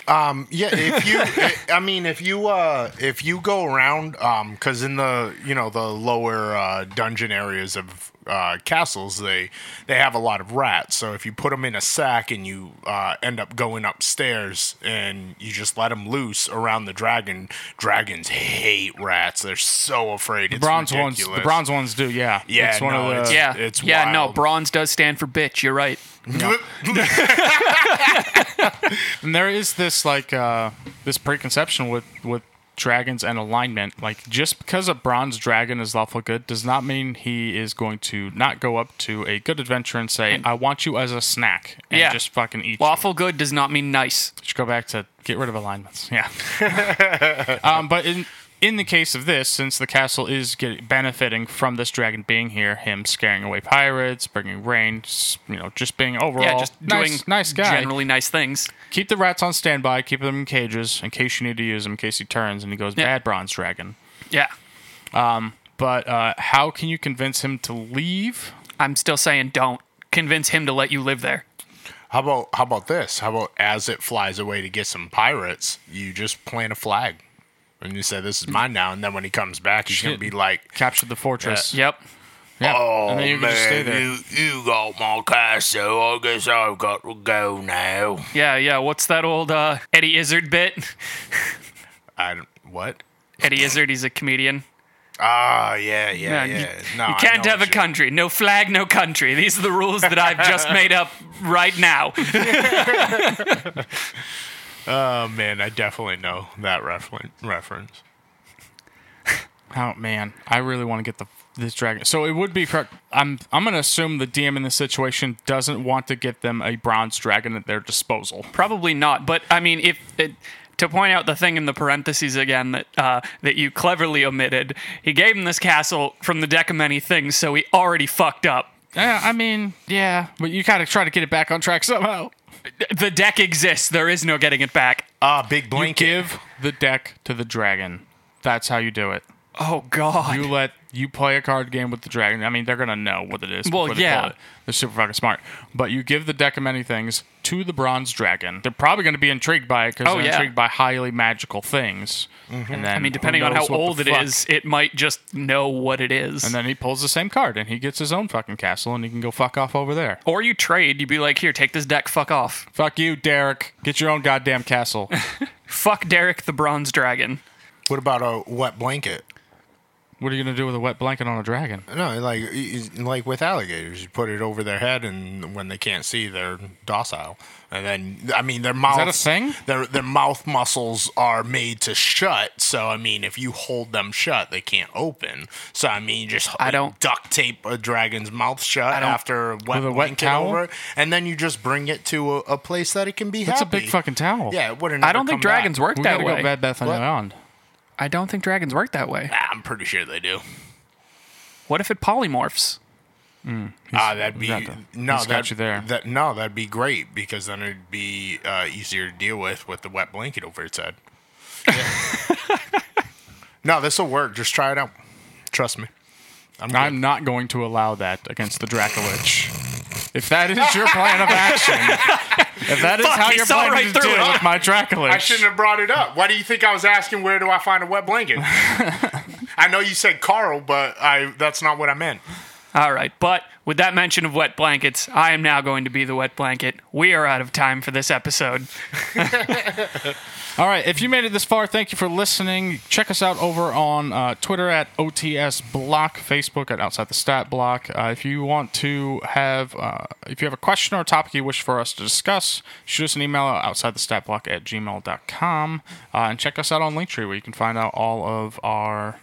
[SPEAKER 7] Um, Yeah, if you, eh, I mean, if you, uh, if you go around, um, cause in the, you know, the lower, uh, dungeon areas of, uh, castles, they, they have a lot of rats. So if you put them in a sack and you, uh, end up going upstairs and you just let them loose around the dragon, dragons hate rats. They're so afraid. It's
[SPEAKER 6] bronze ones,
[SPEAKER 7] ridiculous.
[SPEAKER 6] the bronze ones do, yeah.
[SPEAKER 7] Yeah,
[SPEAKER 6] it's one
[SPEAKER 7] no,
[SPEAKER 6] of the.
[SPEAKER 5] yeah.
[SPEAKER 7] it's
[SPEAKER 5] yeah, no,
[SPEAKER 7] wild.
[SPEAKER 5] bronze does stand for bitch. You're right.
[SPEAKER 6] And there is this like uh, this preconception with with dragons and alignment. Like just because a bronze dragon is lawful good does not mean he is going to not go up to a good adventure and say, "I want you as a snack," and
[SPEAKER 5] Yeah.
[SPEAKER 6] just fucking eat. you.
[SPEAKER 5] Lawful good does not mean nice.
[SPEAKER 6] Should go back to get rid of alignments. Yeah. um, but in in the case of this, since the castle is get, benefiting from this dragon being here, him scaring away pirates, bringing rain, s- you know, just being overall
[SPEAKER 5] Yeah, just
[SPEAKER 6] nice,
[SPEAKER 5] doing
[SPEAKER 6] nice guy.
[SPEAKER 5] generally nice things.
[SPEAKER 6] Keep the rats on standby. Keep them in cages in case you need to use them. In case he turns and he goes
[SPEAKER 5] Yeah.
[SPEAKER 6] bad bronze dragon.
[SPEAKER 5] Yeah.
[SPEAKER 6] But uh, how can you convince him to leave?
[SPEAKER 5] I'm still saying don't convince him to let you live there.
[SPEAKER 7] How about, how about this? How about as it flies away to get some pirates, you just plant a flag. And you say this is mine now, and then when he comes back, he's gonna
[SPEAKER 6] Shit.
[SPEAKER 7] be like,
[SPEAKER 6] Capture the fortress.
[SPEAKER 5] Yep.
[SPEAKER 6] Yeah.
[SPEAKER 4] Oh,
[SPEAKER 6] and then you can
[SPEAKER 4] man,
[SPEAKER 6] just stay there.
[SPEAKER 4] You, you got my castle. I guess I've got to go now.
[SPEAKER 5] Yeah, yeah. What's that old uh, Eddie Izzard bit?
[SPEAKER 7] I don't, what?
[SPEAKER 5] Eddie Izzard, he's a comedian.
[SPEAKER 4] Ah, yeah, yeah,
[SPEAKER 5] you-
[SPEAKER 4] yeah. no,
[SPEAKER 5] you
[SPEAKER 4] I
[SPEAKER 5] can't
[SPEAKER 4] know
[SPEAKER 5] have a
[SPEAKER 4] what you-
[SPEAKER 5] country. No flag, no country. These are the rules that I've just made up right now.
[SPEAKER 7] Oh man, I definitely know that referen- reference.
[SPEAKER 6] Oh man, I really want to get the this dragon. So it would be correct. I'm I'm gonna assume the DM in this situation doesn't want to get them a bronze dragon at their disposal.
[SPEAKER 5] Probably not. But I mean, if it, to point out the thing in the parentheses again that uh, that you cleverly omitted, he gave him this castle from the deck of many things, so he already fucked up.
[SPEAKER 6] Yeah, I mean, yeah, but you gotta try to get it back on track somehow.
[SPEAKER 5] The deck exists. There is no getting it back.
[SPEAKER 7] Ah, big
[SPEAKER 6] You
[SPEAKER 7] blanket.
[SPEAKER 6] give the deck to the dragon. That's how you do it.
[SPEAKER 5] Oh God.
[SPEAKER 6] You let you play a card game with the dragon. I mean, they're gonna know what it is.
[SPEAKER 5] Well,
[SPEAKER 6] before they
[SPEAKER 5] yeah.
[SPEAKER 6] pull it. they're super fucking smart. But you give the deck of many things to the bronze dragon. They're probably gonna be intrigued by it because
[SPEAKER 5] Oh,
[SPEAKER 6] they're
[SPEAKER 5] yeah. Mm-hmm.
[SPEAKER 6] intrigued by highly magical things. And then,
[SPEAKER 5] I mean, depending on how old it is, it might just know what it is.
[SPEAKER 6] And then he pulls the same card and he gets his own fucking castle and he can go fuck off over there.
[SPEAKER 5] or you trade, you'd be like, here, take this deck, fuck off.
[SPEAKER 6] Fuck you, Derek. Get your own goddamn castle.
[SPEAKER 5] Fuck Derek the Bronze Dragon.
[SPEAKER 7] What about a wet blanket?
[SPEAKER 6] What are you gonna do with a wet blanket on a dragon?
[SPEAKER 7] No, like y- y- like with alligators, you put it over their head, and when they can't see, they're docile. And then, I mean, their mouth.
[SPEAKER 6] that a thing?
[SPEAKER 7] Their their mouth muscles are made to shut. So I mean, if you hold them shut, they can't open. So I mean, you just
[SPEAKER 5] I don't-
[SPEAKER 7] duct tape a dragon's mouth shut
[SPEAKER 5] don't-
[SPEAKER 7] after a wet
[SPEAKER 6] With a wet
[SPEAKER 7] blanket
[SPEAKER 6] towel?
[SPEAKER 7] over, it, and then you just bring it to a, a place that it can be
[SPEAKER 6] That's a
[SPEAKER 7] happy.
[SPEAKER 6] big fucking towel.
[SPEAKER 7] Yeah, it wouldn't.
[SPEAKER 5] I don't think dragons work
[SPEAKER 6] we
[SPEAKER 5] that
[SPEAKER 6] gotta
[SPEAKER 5] way.
[SPEAKER 6] go Bed Bath and
[SPEAKER 7] What?
[SPEAKER 6] Beyond.
[SPEAKER 5] I don't think dragons work that way.
[SPEAKER 7] I'm pretty sure they do.
[SPEAKER 5] What if it polymorphs?
[SPEAKER 7] Ah, that'd be
[SPEAKER 6] that the-
[SPEAKER 7] no.
[SPEAKER 6] he's
[SPEAKER 7] That,
[SPEAKER 6] got you there.
[SPEAKER 7] That no, that'd be great because then it'd be uh, easier to deal with with the wet blanket over its head. Yeah. no, this will work. Just try it out. Trust me. I'm. good.
[SPEAKER 6] I'm not going to allow that against the Dracolich. If that is your plan of action, if that is
[SPEAKER 5] Fuck,
[SPEAKER 6] how
[SPEAKER 5] he
[SPEAKER 6] you're
[SPEAKER 5] saw
[SPEAKER 6] planning
[SPEAKER 5] right
[SPEAKER 6] to
[SPEAKER 5] through
[SPEAKER 6] deal
[SPEAKER 5] it.
[SPEAKER 6] with my Dracolich,
[SPEAKER 7] I shouldn't have brought it up. Why do you think I was asking where do I find a wet blanket? I know you said Carl, but I that's not what I meant.
[SPEAKER 5] All right, but with that mention of wet blankets, I am now going to be the wet blanket. We are out of time for this episode.
[SPEAKER 6] All right, if you made it this far, thank you for listening. Check us out over on uh, Twitter at OTS Block, Facebook at Outside the Stat Block. Uh, if you want to have, uh, if you have a question or a topic you wish for us to discuss, shoot us an email at outside the stat block at gmail.com. Uh, and check us out on Linktree where you can find out all of our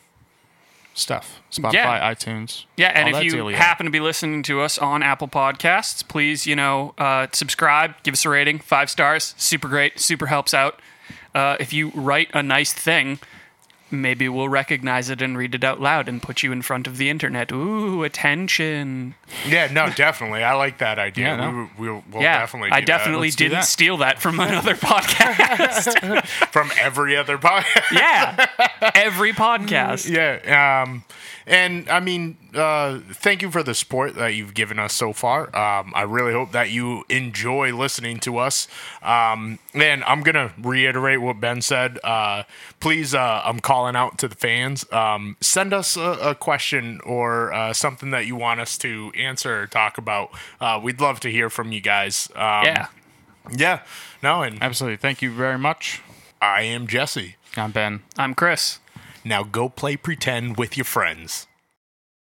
[SPEAKER 6] stuff Spotify,
[SPEAKER 5] Yeah.
[SPEAKER 6] iTunes.
[SPEAKER 5] Yeah, and
[SPEAKER 6] all
[SPEAKER 5] if
[SPEAKER 6] that
[SPEAKER 5] you
[SPEAKER 6] dealio.
[SPEAKER 5] happen to be listening to us on Apple Podcasts, please, you know, uh, subscribe, give us a rating, five stars, super great, super helps out. Uh, if you write a nice thing, maybe we'll recognize it and read it out loud and put you in front of the internet. Ooh, attention!
[SPEAKER 7] Yeah, no, definitely. I like that idea.
[SPEAKER 6] Yeah, no.
[SPEAKER 7] we, will we'll
[SPEAKER 5] yeah,
[SPEAKER 7] definitely.
[SPEAKER 5] I
[SPEAKER 7] do that.
[SPEAKER 5] definitely
[SPEAKER 6] do
[SPEAKER 5] didn't
[SPEAKER 6] that.
[SPEAKER 5] steal that from another podcast.
[SPEAKER 7] from every other podcast.
[SPEAKER 5] yeah, every podcast.
[SPEAKER 7] Yeah. Um, and I mean, uh, thank you for the support that you've given us so far. Um, I really hope that you enjoy listening to us. Um, and I'm going to reiterate what Ben said. Uh, please, uh, I'm calling out to the fans. Um, send us a, a question or uh, something that you want us to answer or talk about. Uh, we'd love to hear from you guys. Um,
[SPEAKER 5] yeah.
[SPEAKER 7] Yeah. No, and
[SPEAKER 6] Absolutely. Thank you very much.
[SPEAKER 7] I am Jesse.
[SPEAKER 6] I'm Ben.
[SPEAKER 5] I'm Chris.
[SPEAKER 7] Now go play pretend with your friends.